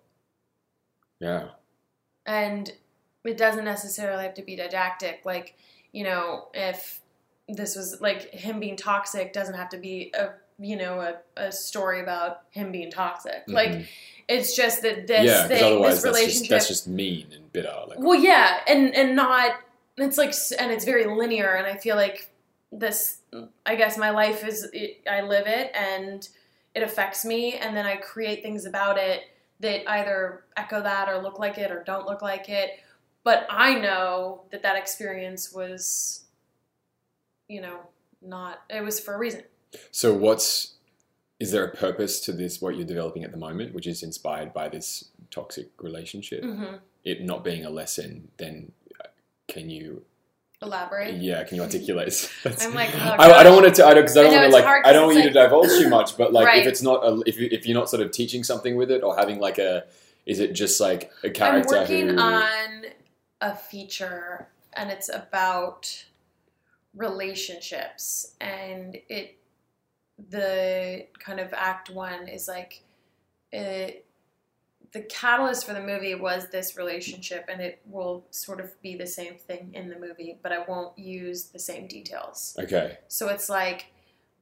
[SPEAKER 1] Yeah.
[SPEAKER 2] and it doesn't necessarily have to be didactic like you know if this was like him being toxic doesn't have to be a you know a, a story about him being toxic like
[SPEAKER 1] Mhm.
[SPEAKER 2] it's just that this
[SPEAKER 1] yeah, because
[SPEAKER 2] thing
[SPEAKER 1] otherwise that's
[SPEAKER 2] this
[SPEAKER 1] just,
[SPEAKER 2] relationship
[SPEAKER 1] that's just mean and bitter. Like,
[SPEAKER 2] well yeah and and not it's like s- and it's very linear and i feel like this i guess my life is it, i live it and it affects me and then i create things about it that either echo that or look like it or don't look like it but i know that that experience was you know not it was for a reason
[SPEAKER 1] so what's is there a purpose to this what you're developing at the moment, which is inspired by this toxic relationship?
[SPEAKER 2] mm-hmm.
[SPEAKER 1] It not being a lesson, then uh, can you
[SPEAKER 2] elaborate
[SPEAKER 1] yeah, can you articulate? That's-
[SPEAKER 2] I'm like, oh,
[SPEAKER 1] I, I don't want it to. I don't because I
[SPEAKER 2] I
[SPEAKER 1] don't
[SPEAKER 2] know,
[SPEAKER 1] want to like.
[SPEAKER 2] it's hard
[SPEAKER 1] I don't
[SPEAKER 2] 'cause
[SPEAKER 1] want you
[SPEAKER 2] it's
[SPEAKER 1] to divulge too much. But like, if
[SPEAKER 2] Right.
[SPEAKER 1] it's not, a, if you, if you're not sort of teaching something with it or having like a, is it just like a character
[SPEAKER 2] I'm working
[SPEAKER 1] who?
[SPEAKER 2] on a feature, and it's about relationships, and it the kind of act one is like it. The catalyst for the movie was this relationship, and it will sort of be the same thing in the movie, but I won't use the same details.
[SPEAKER 1] okay,
[SPEAKER 2] So it's like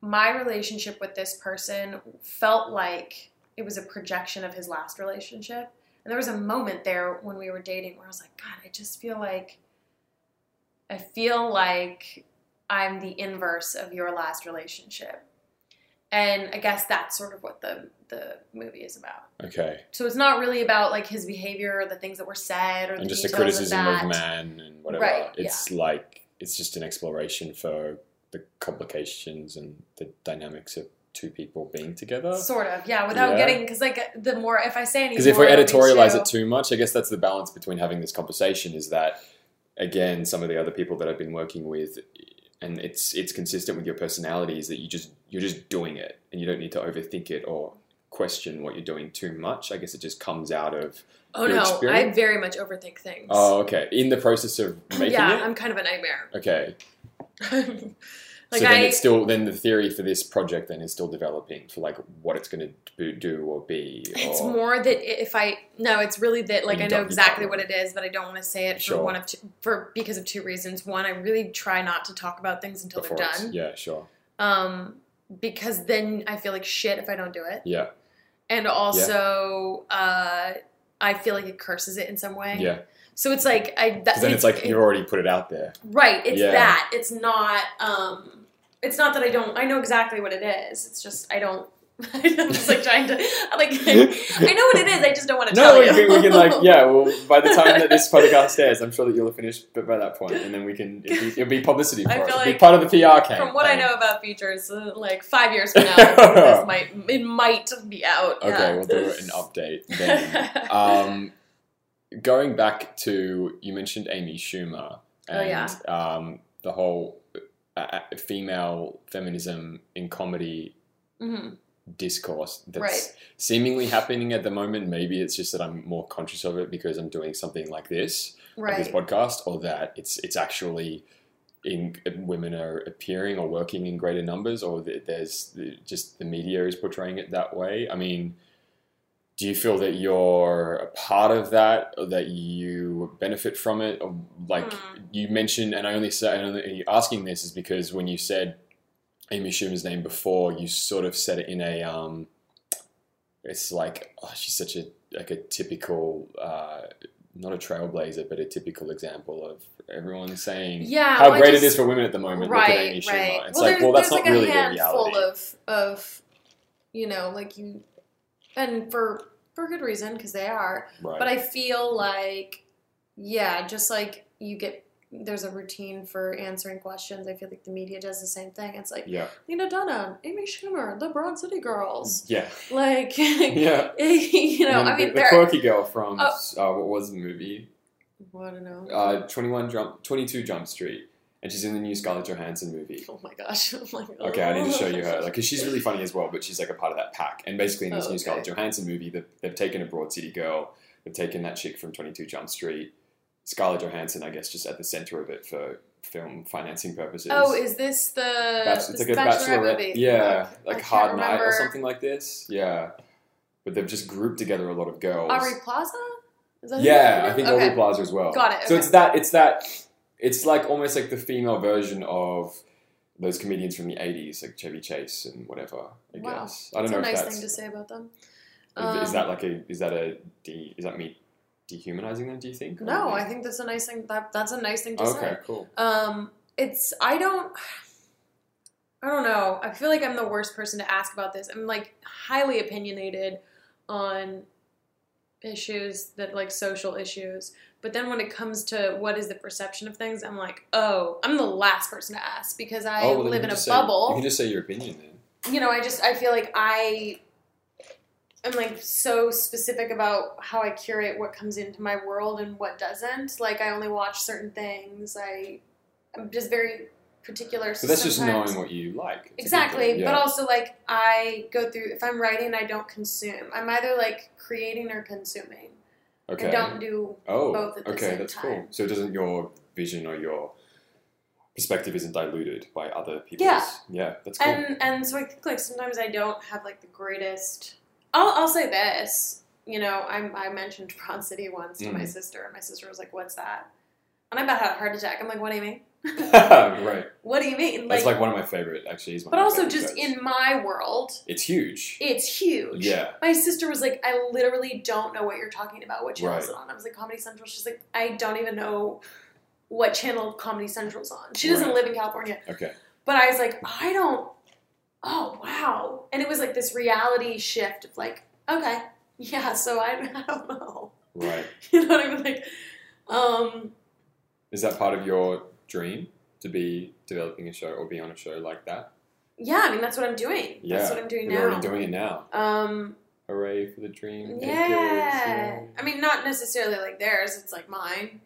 [SPEAKER 2] my relationship with this person felt like it was a projection of his last relationship. And there was a moment there when we were dating where I was like, God, I just feel like I feel like I'm the inverse of your last relationship. And I guess that's sort of what the the movie is about.
[SPEAKER 1] okay,
[SPEAKER 2] So it's not really about like his behavior or the things that were said or the
[SPEAKER 1] and just a
[SPEAKER 2] details
[SPEAKER 1] criticism
[SPEAKER 2] of, that.
[SPEAKER 1] of man and whatever.
[SPEAKER 2] Right,
[SPEAKER 1] it's like it's just an exploration for the complications and the dynamics of two people being together.
[SPEAKER 2] Sort of, yeah. Without
[SPEAKER 1] Yeah.
[SPEAKER 2] getting, because like the more if I say anything,
[SPEAKER 1] Because if we editorialize it too much, I guess that's the balance between having this conversation is that again, some of the other people that I've been working with and it's it's consistent with your personality is that you just you're just doing it and you don't need to overthink it or question what you're doing too much. I guess it just comes out of
[SPEAKER 2] Oh
[SPEAKER 1] Your
[SPEAKER 2] no, I
[SPEAKER 1] experience?
[SPEAKER 2] very much overthink things.
[SPEAKER 1] oh okay in the process of making
[SPEAKER 2] yeah,
[SPEAKER 1] it.
[SPEAKER 2] I'm kind of a nightmare.
[SPEAKER 1] okay,
[SPEAKER 2] like
[SPEAKER 1] so then
[SPEAKER 2] I,
[SPEAKER 1] it's still then the theory for this project then is still developing for like what it's going to do or be.
[SPEAKER 2] it's
[SPEAKER 1] or,
[SPEAKER 2] more that if I no, it's really that like
[SPEAKER 1] Oh. You
[SPEAKER 2] I
[SPEAKER 1] don't-
[SPEAKER 2] know
[SPEAKER 1] you
[SPEAKER 2] exactly
[SPEAKER 1] don't.
[SPEAKER 2] what it is, but I don't want to say it
[SPEAKER 1] Sure.
[SPEAKER 2] for one of two, for because of two reasons. One, I really try not to talk about things until
[SPEAKER 1] before
[SPEAKER 2] they're
[SPEAKER 1] it's-
[SPEAKER 2] done.
[SPEAKER 1] Yeah, sure.
[SPEAKER 2] Um, because then I feel like shit if I don't do it.
[SPEAKER 1] Yeah,
[SPEAKER 2] And also, uh, I feel like it curses it in some way.
[SPEAKER 1] yeah.
[SPEAKER 2] So it's like I. That,
[SPEAKER 1] 'Cause then it's like you've already put it out there.
[SPEAKER 2] Right, it's
[SPEAKER 1] Yeah.
[SPEAKER 2] that. It's not um it's not that I don't I know exactly what it is. It's just I don't I'm just like trying to like I know what it is, I just don't want to
[SPEAKER 1] No,
[SPEAKER 2] tell
[SPEAKER 1] we
[SPEAKER 2] you.
[SPEAKER 1] can, we can like yeah. Well, by the time that this podcast airs, I'm sure that you'll have finished b- by that point, and then we can it'll be, it'll be publicity for
[SPEAKER 2] I
[SPEAKER 1] it.
[SPEAKER 2] feel
[SPEAKER 1] It'll be
[SPEAKER 2] like
[SPEAKER 1] part of the PR campaign.
[SPEAKER 2] From what I know about features, uh, like five years from now, this might it might be out.
[SPEAKER 1] Okay,
[SPEAKER 2] yeah.
[SPEAKER 1] we'll do an update then. um, going back to you mentioned Amy Schumer
[SPEAKER 2] Oh, yeah.
[SPEAKER 1] and um, the whole uh, uh, female feminism in comedy
[SPEAKER 2] Mhm.
[SPEAKER 1] discourse that's
[SPEAKER 2] Right.
[SPEAKER 1] seemingly happening at the moment. Maybe it's just that I'm more conscious of it because I'm doing something like this. of this
[SPEAKER 2] Right.
[SPEAKER 1] podcast, or that it's it's actually in women are appearing or working in greater numbers, or that there's the, just the media is portraying it that way. I mean, do you feel that you're a part of that, or that you benefit from it? Or like
[SPEAKER 2] Hmm.
[SPEAKER 1] you mentioned, and I only said, and only asking this is because when you said Amy Schumer's name before, you sort of said it in a um, it's like oh, she's such a like a typical. Uh, not a trailblazer, but a typical example of everyone saying
[SPEAKER 2] Yeah,
[SPEAKER 1] how
[SPEAKER 2] well, I
[SPEAKER 1] great it
[SPEAKER 2] just-
[SPEAKER 1] is for women at the moment. Look at Amy Schumer. It's like,
[SPEAKER 2] there's-
[SPEAKER 1] well, that's
[SPEAKER 2] there's
[SPEAKER 1] not
[SPEAKER 2] like
[SPEAKER 1] really
[SPEAKER 2] a
[SPEAKER 1] the
[SPEAKER 2] handful
[SPEAKER 1] reality.
[SPEAKER 2] of of you know, like you, and for for good reason because they are.
[SPEAKER 1] right.
[SPEAKER 2] But I feel like yeah, just like you get there's a routine for answering questions. I feel like the media does the same thing. It's like
[SPEAKER 1] yeah.
[SPEAKER 2] Lena Dunham, Amy Schumer, the Broad City Girls,
[SPEAKER 1] Yeah.
[SPEAKER 2] like
[SPEAKER 1] Yeah.
[SPEAKER 2] you know.
[SPEAKER 1] And
[SPEAKER 2] I
[SPEAKER 1] the,
[SPEAKER 2] mean,
[SPEAKER 1] the
[SPEAKER 2] they're-
[SPEAKER 1] quirky girl from
[SPEAKER 2] Oh.
[SPEAKER 1] uh, what was the movie?
[SPEAKER 2] I don't know.
[SPEAKER 1] Uh, 21 jump, 22 Jump Street, and she's in the new Scarlett Johansson movie.
[SPEAKER 2] oh my gosh! I'm like,
[SPEAKER 1] Okay, I need to show you her. Like, 'cause she's really funny as well, but she's like a part of that pack. And basically, in this
[SPEAKER 2] Oh,
[SPEAKER 1] new
[SPEAKER 2] okay.
[SPEAKER 1] Scarlett Johansson movie, they've, they've taken a Broad City girl, they've taken that chick from 22 Jump Street, Scarlett Johansson, I guess, just at the center of it for film financing purposes.
[SPEAKER 2] Oh, is this the
[SPEAKER 1] Bach- it's
[SPEAKER 2] this
[SPEAKER 1] like a
[SPEAKER 2] Bachelorette
[SPEAKER 1] bachelorette,
[SPEAKER 2] movie?
[SPEAKER 1] yeah,
[SPEAKER 2] Okay. I
[SPEAKER 1] like
[SPEAKER 2] can't
[SPEAKER 1] Hard Night or
[SPEAKER 2] remember.
[SPEAKER 1] something like this, yeah. But they've just grouped together a lot of girls.
[SPEAKER 2] Aubrey Plaza? Is that who
[SPEAKER 1] yeah,
[SPEAKER 2] you're
[SPEAKER 1] I think
[SPEAKER 2] thinking of?
[SPEAKER 1] Aubrey Plaza as well.
[SPEAKER 2] Got it,
[SPEAKER 1] So
[SPEAKER 2] okay.
[SPEAKER 1] it's that. It's that. It's like almost like the female version of those comedians from the '80s, like Chevy Chase and whatever. I
[SPEAKER 2] Wow.
[SPEAKER 1] guess I don't
[SPEAKER 2] That's
[SPEAKER 1] know
[SPEAKER 2] a nice
[SPEAKER 1] if that's
[SPEAKER 2] thing to say about them.
[SPEAKER 1] is- is, that
[SPEAKER 2] Um,
[SPEAKER 1] like a is that a de, is that me dehumanizing them? Do you think? Or
[SPEAKER 2] no?
[SPEAKER 1] do you-
[SPEAKER 2] I think that's a nice thing. That that's a nice thing to
[SPEAKER 1] Oh,
[SPEAKER 2] say.
[SPEAKER 1] okay, cool.
[SPEAKER 2] Um, it's I don't. I don't know. I feel like I'm the worst person to ask about this. I'm like highly opinionated on issues that like social issues. But then when it comes to what is the perception of things, I'm like, oh, I'm the last person to ask because
[SPEAKER 1] oh,
[SPEAKER 2] I
[SPEAKER 1] well, then you
[SPEAKER 2] live
[SPEAKER 1] can
[SPEAKER 2] in a
[SPEAKER 1] just say-
[SPEAKER 2] bubble.
[SPEAKER 1] you can just say your opinion then.
[SPEAKER 2] you know, I just I feel like I am like so specific about how I curate what comes into my world and what doesn't. Like I only watch certain things. I I'm just very particular.
[SPEAKER 1] So that's just
[SPEAKER 2] sometimes.
[SPEAKER 1] knowing what you like. It's a good thing,
[SPEAKER 2] Exactly,
[SPEAKER 1] yeah.
[SPEAKER 2] but also like I go through if I'm writing, I don't consume. I'm either like creating or consuming.
[SPEAKER 1] okay.
[SPEAKER 2] I don't do
[SPEAKER 1] Oh,
[SPEAKER 2] both at the
[SPEAKER 1] okay,
[SPEAKER 2] same
[SPEAKER 1] that's cool.
[SPEAKER 2] time.
[SPEAKER 1] So it doesn't your vision or your perspective isn't diluted by other people's.
[SPEAKER 2] Yeah.
[SPEAKER 1] yeah, that's cool.
[SPEAKER 2] And and so I think like sometimes I don't have like the greatest. I'll I'll say this. You know, I I mentioned Broad City once to my
[SPEAKER 1] Mhm.
[SPEAKER 2] sister, and my sister was like, "What's that?" And I about had a heart attack. I'm like, "What do you mean?
[SPEAKER 1] right,
[SPEAKER 2] What do you mean?"
[SPEAKER 1] that's like one of my favorite actually. Is one
[SPEAKER 2] but
[SPEAKER 1] of my
[SPEAKER 2] also
[SPEAKER 1] favorite
[SPEAKER 2] just
[SPEAKER 1] shows.
[SPEAKER 2] in my world,
[SPEAKER 1] it's huge.
[SPEAKER 2] it's huge.
[SPEAKER 1] Yeah,
[SPEAKER 2] My sister was like, "I literally don't know what you're talking about. What channel is
[SPEAKER 1] Right.
[SPEAKER 2] it on?" I was like, "Comedy Central." She's like, "I don't even know what channel Comedy Central's on." She doesn't
[SPEAKER 1] Right.
[SPEAKER 2] live in California.
[SPEAKER 1] okay,
[SPEAKER 2] But I was like, I don't. Oh wow! And it was like this reality shift of like, okay, yeah. So I, I don't know.
[SPEAKER 1] right.
[SPEAKER 2] You know what I mean? Like, um,
[SPEAKER 1] Is that part of your dream to be developing a show or be on a show like that?
[SPEAKER 2] yeah. I mean, that's what I'm doing.
[SPEAKER 1] Yeah,
[SPEAKER 2] That's what I'm doing
[SPEAKER 1] You're
[SPEAKER 2] now.
[SPEAKER 1] already doing it now.
[SPEAKER 2] um,
[SPEAKER 1] Hooray for the dream. makers,
[SPEAKER 2] yeah.
[SPEAKER 1] yay.
[SPEAKER 2] I mean, not necessarily like theirs. It's like mine.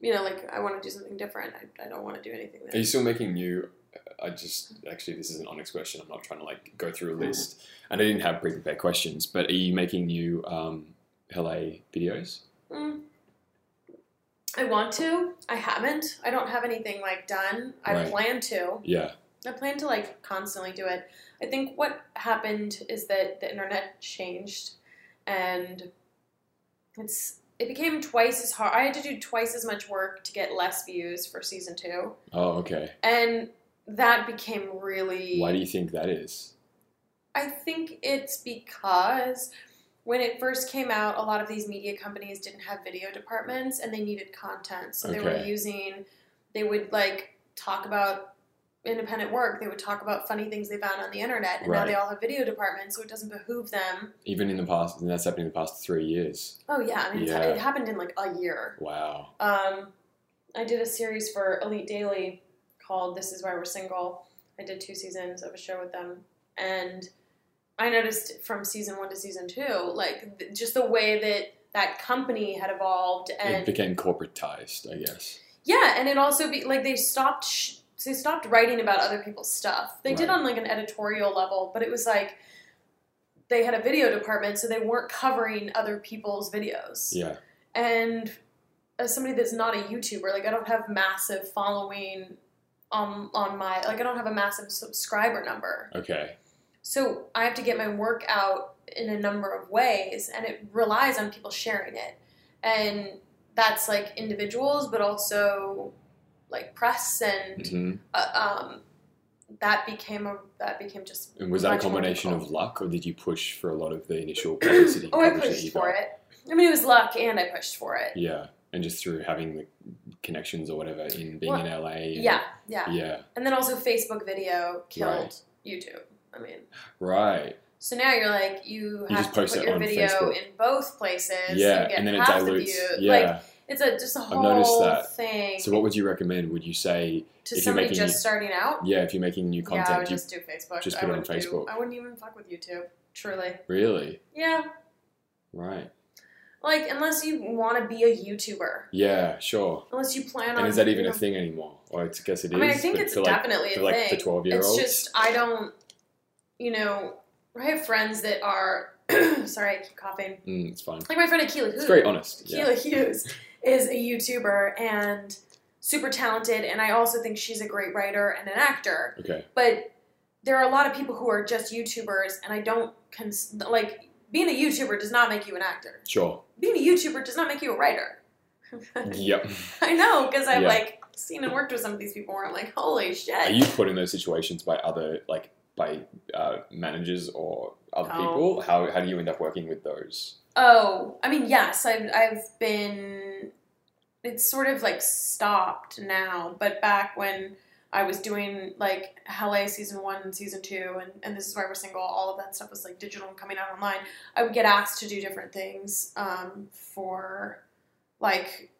[SPEAKER 2] You know, like I want to do something different. I, I don't want to do anything.
[SPEAKER 1] Are you
[SPEAKER 2] That,
[SPEAKER 1] still making new I just actually this is an honest question. I'm not trying to like go
[SPEAKER 2] Mm-hmm.
[SPEAKER 1] through a list, and I didn't have pre-prepared questions. But are you making new um, LA videos?
[SPEAKER 2] Mm. I want to. I haven't. I don't have anything like done. I
[SPEAKER 1] Right.
[SPEAKER 2] plan to.
[SPEAKER 1] Yeah,
[SPEAKER 2] I plan to like constantly do it. I think what happened is that the internet changed and it's it became twice as hard. I had to do twice as much work to get less views for season 2.
[SPEAKER 1] Oh, okay.
[SPEAKER 2] And that became really
[SPEAKER 1] Why do you think that is?
[SPEAKER 2] I think it's because when it first came out, a lot of these media companies didn't have video departments and they needed content. So they were
[SPEAKER 1] Okay.
[SPEAKER 2] using, they would like talk about independent work, they would talk about funny things they found on the internet, and now
[SPEAKER 1] Right.
[SPEAKER 2] they all have video departments, so it doesn't behoove them.
[SPEAKER 1] Even in the past, and that's happened in the past three years.
[SPEAKER 2] Oh, yeah, I mean, it's-
[SPEAKER 1] Yeah.
[SPEAKER 2] it happened in like a year.
[SPEAKER 1] Wow.
[SPEAKER 2] Um, I did a series for Elite Daily called This Is Why We're Single. I did two seasons of a show with them. And I noticed from season one to season two, like, th- just the way that that company had evolved.
[SPEAKER 1] It
[SPEAKER 2] And
[SPEAKER 1] became corporatized, I guess.
[SPEAKER 2] yeah, and it also, be, like, they stopped. Sh- they stopped writing about other people's stuff. They did
[SPEAKER 1] Right.
[SPEAKER 2] on like an editorial level, but it was like they had a video department, so they weren't covering other people's videos
[SPEAKER 1] Yeah.
[SPEAKER 2] and as somebody that's not a YouTuber, like I don't have massive following um, on my like I don't have a massive subscriber number,
[SPEAKER 1] Okay.
[SPEAKER 2] so I have to get my work out in a number of ways, and it relies on people sharing it, and that's like individuals, but also like press and
[SPEAKER 1] hmm
[SPEAKER 2] uh, um, that became a that became just
[SPEAKER 1] And was that a
[SPEAKER 2] Much more
[SPEAKER 1] combination of
[SPEAKER 2] difficult.
[SPEAKER 1] luck, or did you push for a lot of the initial publicity? and
[SPEAKER 2] oh I
[SPEAKER 1] coverage that you
[SPEAKER 2] pushed for
[SPEAKER 1] got?
[SPEAKER 2] it. I mean, it was luck, and I pushed for it.
[SPEAKER 1] Yeah, and just through having the connections or whatever in being in LA. and-
[SPEAKER 2] Yeah, yeah.
[SPEAKER 1] Yeah.
[SPEAKER 2] And then also Facebook video killed
[SPEAKER 1] Right.
[SPEAKER 2] YouTube. I mean,
[SPEAKER 1] Right.
[SPEAKER 2] so now you're like you have
[SPEAKER 1] just
[SPEAKER 2] to
[SPEAKER 1] post
[SPEAKER 2] put
[SPEAKER 1] it
[SPEAKER 2] your
[SPEAKER 1] on
[SPEAKER 2] video
[SPEAKER 1] Facebook.
[SPEAKER 2] in both places.
[SPEAKER 1] yeah,
[SPEAKER 2] you get
[SPEAKER 1] and then it
[SPEAKER 2] half the
[SPEAKER 1] dilutes.
[SPEAKER 2] view. Like
[SPEAKER 1] Yeah.
[SPEAKER 2] it's a just a whole
[SPEAKER 1] noticed that.
[SPEAKER 2] thing.
[SPEAKER 1] so, what would you recommend? Would you say, if
[SPEAKER 2] to
[SPEAKER 1] you're
[SPEAKER 2] somebody
[SPEAKER 1] making
[SPEAKER 2] just
[SPEAKER 1] it-
[SPEAKER 2] starting out,
[SPEAKER 1] yeah, if you're making new
[SPEAKER 2] yeah, I would
[SPEAKER 1] content, do you
[SPEAKER 2] just do Facebook.
[SPEAKER 1] just
[SPEAKER 2] I
[SPEAKER 1] put it on
[SPEAKER 2] wouldn't do-
[SPEAKER 1] Facebook.
[SPEAKER 2] I wouldn't even fuck with YouTube. Truly,
[SPEAKER 1] really?
[SPEAKER 2] yeah.
[SPEAKER 1] Right.
[SPEAKER 2] Like unless you want to be a YouTuber,
[SPEAKER 1] Yeah, sure.
[SPEAKER 2] unless you plan on.
[SPEAKER 1] And is that even
[SPEAKER 2] you
[SPEAKER 1] a
[SPEAKER 2] know-
[SPEAKER 1] thing anymore? Or I guess it is.
[SPEAKER 2] Um, I mean, I think
[SPEAKER 1] but
[SPEAKER 2] it's
[SPEAKER 1] for like,
[SPEAKER 2] definitely
[SPEAKER 1] for
[SPEAKER 2] a
[SPEAKER 1] like
[SPEAKER 2] thing.
[SPEAKER 1] the 12-year-olds.
[SPEAKER 2] It's just I don't, you know, I have friends that are. sorry, I keep coughing.
[SPEAKER 1] Mm, it's fine.
[SPEAKER 2] Like my friend Akila.
[SPEAKER 1] It's very honest. Yeah.
[SPEAKER 2] Keila Hughes is a YouTuber and super talented, and I also think she's a great writer and an actor.
[SPEAKER 1] Okay.
[SPEAKER 2] But there are a lot of people who are just YouTubers, and I don't cons- like being a YouTuber does not make you an actor.
[SPEAKER 1] Sure.
[SPEAKER 2] Being a YouTuber does not make you a writer.
[SPEAKER 1] Yep.
[SPEAKER 2] I know because I've
[SPEAKER 1] Yeah.
[SPEAKER 2] like seen and worked with some of these people where I'm like, holy shit.
[SPEAKER 1] Are you put in those situations by other like by uh, managers or other
[SPEAKER 2] No.
[SPEAKER 1] people? How how do you end up working with those?
[SPEAKER 2] Oh, I mean, yes, I've I've been. It's sort of like stopped now, but back when I was doing like LA season one and season two, and, and this is why we're single. All of that stuff was like digital and coming out online. I would get asked to do different things um, for like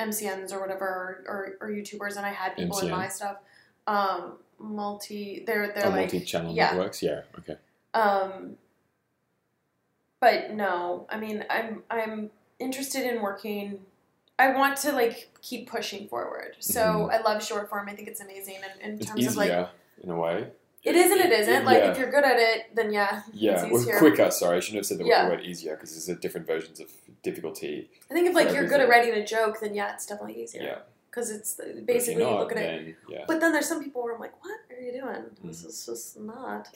[SPEAKER 2] MCNs or whatever or, or YouTubers, and I had people in
[SPEAKER 1] MCN.
[SPEAKER 2] my stuff. Um, multi, they're they're
[SPEAKER 1] Or
[SPEAKER 2] like
[SPEAKER 1] multi-channel
[SPEAKER 2] yeah.
[SPEAKER 1] networks? Yeah. Okay.
[SPEAKER 2] um, but no, I mean, I'm I'm interested in working. I want to like keep pushing forward. So
[SPEAKER 1] Mhm.
[SPEAKER 2] I love short form. I think it's amazing. And in
[SPEAKER 1] It's
[SPEAKER 2] terms of like,
[SPEAKER 1] easier in a way.
[SPEAKER 2] it is and it isn't. Like if
[SPEAKER 1] Yeah.
[SPEAKER 2] you're good at it, then yeah.
[SPEAKER 1] Yeah.
[SPEAKER 2] it's
[SPEAKER 1] Well,
[SPEAKER 2] easier.
[SPEAKER 1] quicker. Sorry, I shouldn't have said the word-
[SPEAKER 2] Yeah.
[SPEAKER 1] word easier because there's a different versions of difficulty.
[SPEAKER 2] I think if like you're good at
[SPEAKER 1] Everything.
[SPEAKER 2] writing a joke, then yeah, it's definitely
[SPEAKER 1] Yeah.
[SPEAKER 2] easier because it's
[SPEAKER 1] But if
[SPEAKER 2] basically
[SPEAKER 1] you're not,
[SPEAKER 2] looking at.
[SPEAKER 1] then, yeah.
[SPEAKER 2] But then there's some people where I'm like, what are you doing? This
[SPEAKER 1] Mm.
[SPEAKER 2] is just not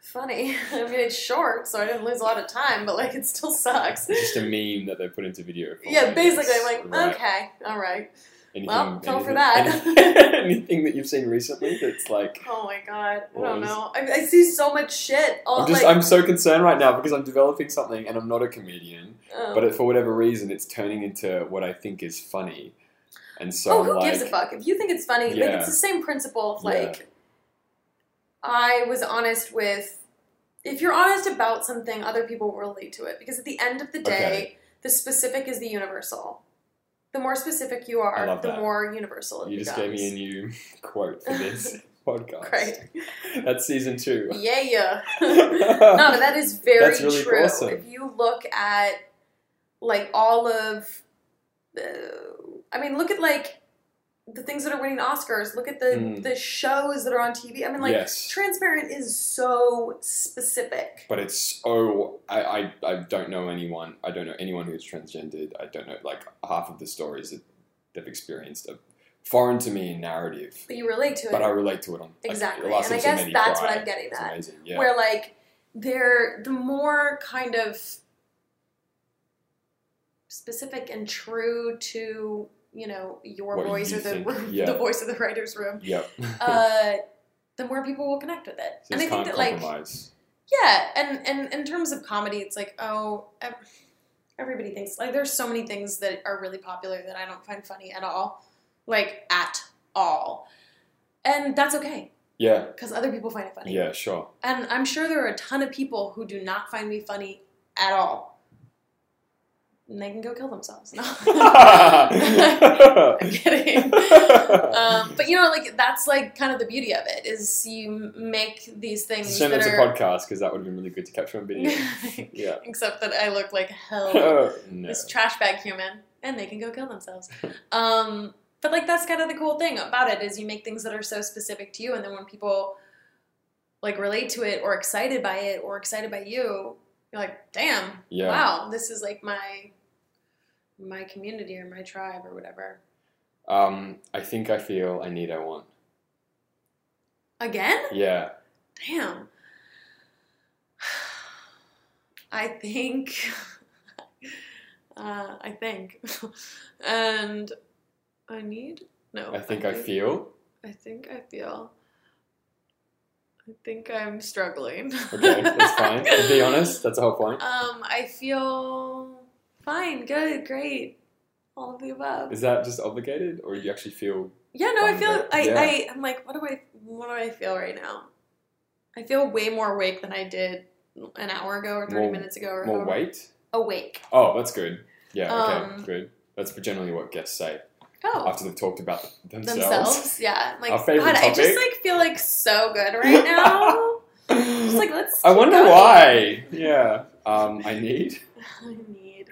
[SPEAKER 2] funny. I mean, it's short, so I didn't lose a lot of time, but like it still sucks.
[SPEAKER 1] It's just a meme that they put into video. form, I
[SPEAKER 2] Yeah, basically,
[SPEAKER 1] guess.
[SPEAKER 2] I'm like,
[SPEAKER 1] Right.
[SPEAKER 2] okay, all right.
[SPEAKER 1] Anything,
[SPEAKER 2] Well, fell for
[SPEAKER 1] anything-
[SPEAKER 2] that.
[SPEAKER 1] anything that you've seen recently that's like.
[SPEAKER 2] Oh my god, I
[SPEAKER 1] What
[SPEAKER 2] don't
[SPEAKER 1] was-
[SPEAKER 2] know. I, I see so much shit. All,
[SPEAKER 1] I'm just
[SPEAKER 2] like,
[SPEAKER 1] I'm so concerned right now because I'm developing something and I'm not a comedian,
[SPEAKER 2] um,
[SPEAKER 1] but it, for whatever reason it's turning into what I think is funny, and so
[SPEAKER 2] oh,
[SPEAKER 1] I'm
[SPEAKER 2] who
[SPEAKER 1] like,
[SPEAKER 2] gives a fuck? If you think it's funny, like
[SPEAKER 1] Yeah.
[SPEAKER 2] it's the same principle. Of,
[SPEAKER 1] Yeah.
[SPEAKER 2] like, I was honest with. If you're honest about something, other people will relate to it because at the end of the day,
[SPEAKER 1] Okay.
[SPEAKER 2] the specific is the universal. The more specific you are,
[SPEAKER 1] I love
[SPEAKER 2] the
[SPEAKER 1] that.
[SPEAKER 2] more universal it
[SPEAKER 1] you just gave
[SPEAKER 2] becomes.
[SPEAKER 1] me a new quote for this podcast.
[SPEAKER 2] Great.
[SPEAKER 1] That's season two.
[SPEAKER 2] Yeah, yeah. no, but that is very
[SPEAKER 1] That's really
[SPEAKER 2] true.
[SPEAKER 1] awesome.
[SPEAKER 2] If you look at uh, like all of, the, I mean, look at like the things that are winning Oscars. Look at the
[SPEAKER 1] Mm.
[SPEAKER 2] the shows that are on TV. I mean, like
[SPEAKER 1] Yes.
[SPEAKER 2] Transparent is so specific.
[SPEAKER 1] But it's oh, I, I I don't know anyone. I don't know anyone who's transgendered. I don't know like half of the stories that they've experienced are foreign to me in narrative,
[SPEAKER 2] But you relate to it.
[SPEAKER 1] but I relate to it on like,
[SPEAKER 2] Exactly.
[SPEAKER 1] last
[SPEAKER 2] And I
[SPEAKER 1] episode
[SPEAKER 2] guess
[SPEAKER 1] made me
[SPEAKER 2] that's
[SPEAKER 1] cry.
[SPEAKER 2] what I'm getting
[SPEAKER 1] It's
[SPEAKER 2] at.
[SPEAKER 1] amazing. Yeah.
[SPEAKER 2] where like they're the more kind of specific and true to you know your
[SPEAKER 1] What
[SPEAKER 2] voice
[SPEAKER 1] you
[SPEAKER 2] or the
[SPEAKER 1] think, yeah.
[SPEAKER 2] the voice of the writers room
[SPEAKER 1] yep.
[SPEAKER 2] uh, the more people will connect with it
[SPEAKER 1] Just
[SPEAKER 2] and i think
[SPEAKER 1] can't
[SPEAKER 2] that like
[SPEAKER 1] compromise.
[SPEAKER 2] yeah and and in terms of comedy it's like oh ev- everybody thinks like there's so many things that are really popular that i don't find funny at all like at all and that's okay
[SPEAKER 1] yeah.
[SPEAKER 2] because other people find it funny
[SPEAKER 1] Yeah. Sure.
[SPEAKER 2] and I'm sure there are a ton of people who do not find me funny at all. And they can go kill themselves. No. I'm kidding. Um, but you know, like that's like kind of the beauty of it is you make these
[SPEAKER 1] it's a
[SPEAKER 2] things
[SPEAKER 1] shame
[SPEAKER 2] that
[SPEAKER 1] it's a
[SPEAKER 2] are.
[SPEAKER 1] podcast because that would have been really good to capture on video. yeah.
[SPEAKER 2] Except that I look like hell,
[SPEAKER 1] no.
[SPEAKER 2] this trash bag human, and they can go kill themselves. Um, but like that's kind of the cool thing about it is you make things that are so specific to you, and then when people like relate to it or excited by it or excited by you, you're like, damn,
[SPEAKER 1] Yeah.
[SPEAKER 2] wow, this is like my my community or my tribe or whatever.
[SPEAKER 1] Um, I think I feel I need I want.
[SPEAKER 2] Again?
[SPEAKER 1] Yeah.
[SPEAKER 2] Damn. I think uh, I think and I need no
[SPEAKER 1] I think I feel.
[SPEAKER 2] I think I feel I think I'm struggling.
[SPEAKER 1] Okay, that's fine. Be honest. That's the whole point.
[SPEAKER 2] Um I feel fine, good, great. All of the above.
[SPEAKER 1] Is that just obligated, or do you actually feel?
[SPEAKER 2] Yeah, no, I
[SPEAKER 1] Um,
[SPEAKER 2] feel
[SPEAKER 1] but-
[SPEAKER 2] I,
[SPEAKER 1] yeah.
[SPEAKER 2] I I'm like, what do I what do I feel right now? I feel way more awake than I did an hour ago or thirty
[SPEAKER 1] More-
[SPEAKER 2] minutes ago or
[SPEAKER 1] More
[SPEAKER 2] however-
[SPEAKER 1] weight?
[SPEAKER 2] awake.
[SPEAKER 1] Oh, that's good. Yeah, okay,
[SPEAKER 2] Um,
[SPEAKER 1] good. That's generally what guests say
[SPEAKER 2] Oh,
[SPEAKER 1] after they've talked about themselves.
[SPEAKER 2] themselves. Yeah, I'm like
[SPEAKER 1] Our favorite
[SPEAKER 2] God, I just
[SPEAKER 1] topic.
[SPEAKER 2] like feel like so good right now. just like let's.
[SPEAKER 1] I
[SPEAKER 2] keep
[SPEAKER 1] wonder
[SPEAKER 2] going.
[SPEAKER 1] why. Yeah. Um, I need.
[SPEAKER 2] I need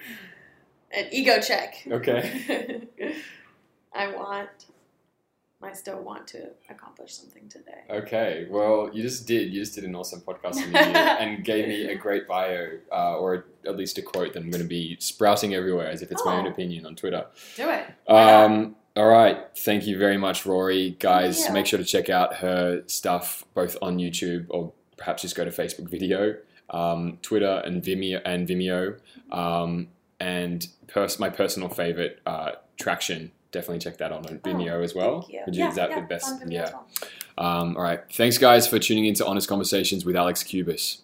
[SPEAKER 2] an ego check.
[SPEAKER 1] Okay.
[SPEAKER 2] I want. I still want to accomplish something today.
[SPEAKER 1] Okay. Well, you just did. You just did an awesome podcast in a year and gave me a great bio, uh, or at least a quote that I'm going to be sprouting everywhere as if it's my own
[SPEAKER 2] Oh.
[SPEAKER 1] opinion on Twitter.
[SPEAKER 2] Do it.
[SPEAKER 1] Um, all right. Thank you very much, Rory. Guys,
[SPEAKER 2] Yeah.
[SPEAKER 1] make sure to check out her stuff both on YouTube or perhaps just go to Facebook video, um, Twitter, and Vimeo. And Vimeo. Um, and pers- my personal favorite, uh, Traction. Definitely check that on on Vimeo as well.
[SPEAKER 2] Oh, Thank you.
[SPEAKER 1] Would you,
[SPEAKER 2] yeah,
[SPEAKER 1] is that
[SPEAKER 2] yeah,
[SPEAKER 1] the best?
[SPEAKER 2] on Vimeo as
[SPEAKER 1] Yeah.
[SPEAKER 2] well.
[SPEAKER 1] Um, all right. Thanks, guys, for tuning in to Honest Conversations with Alex Cubis.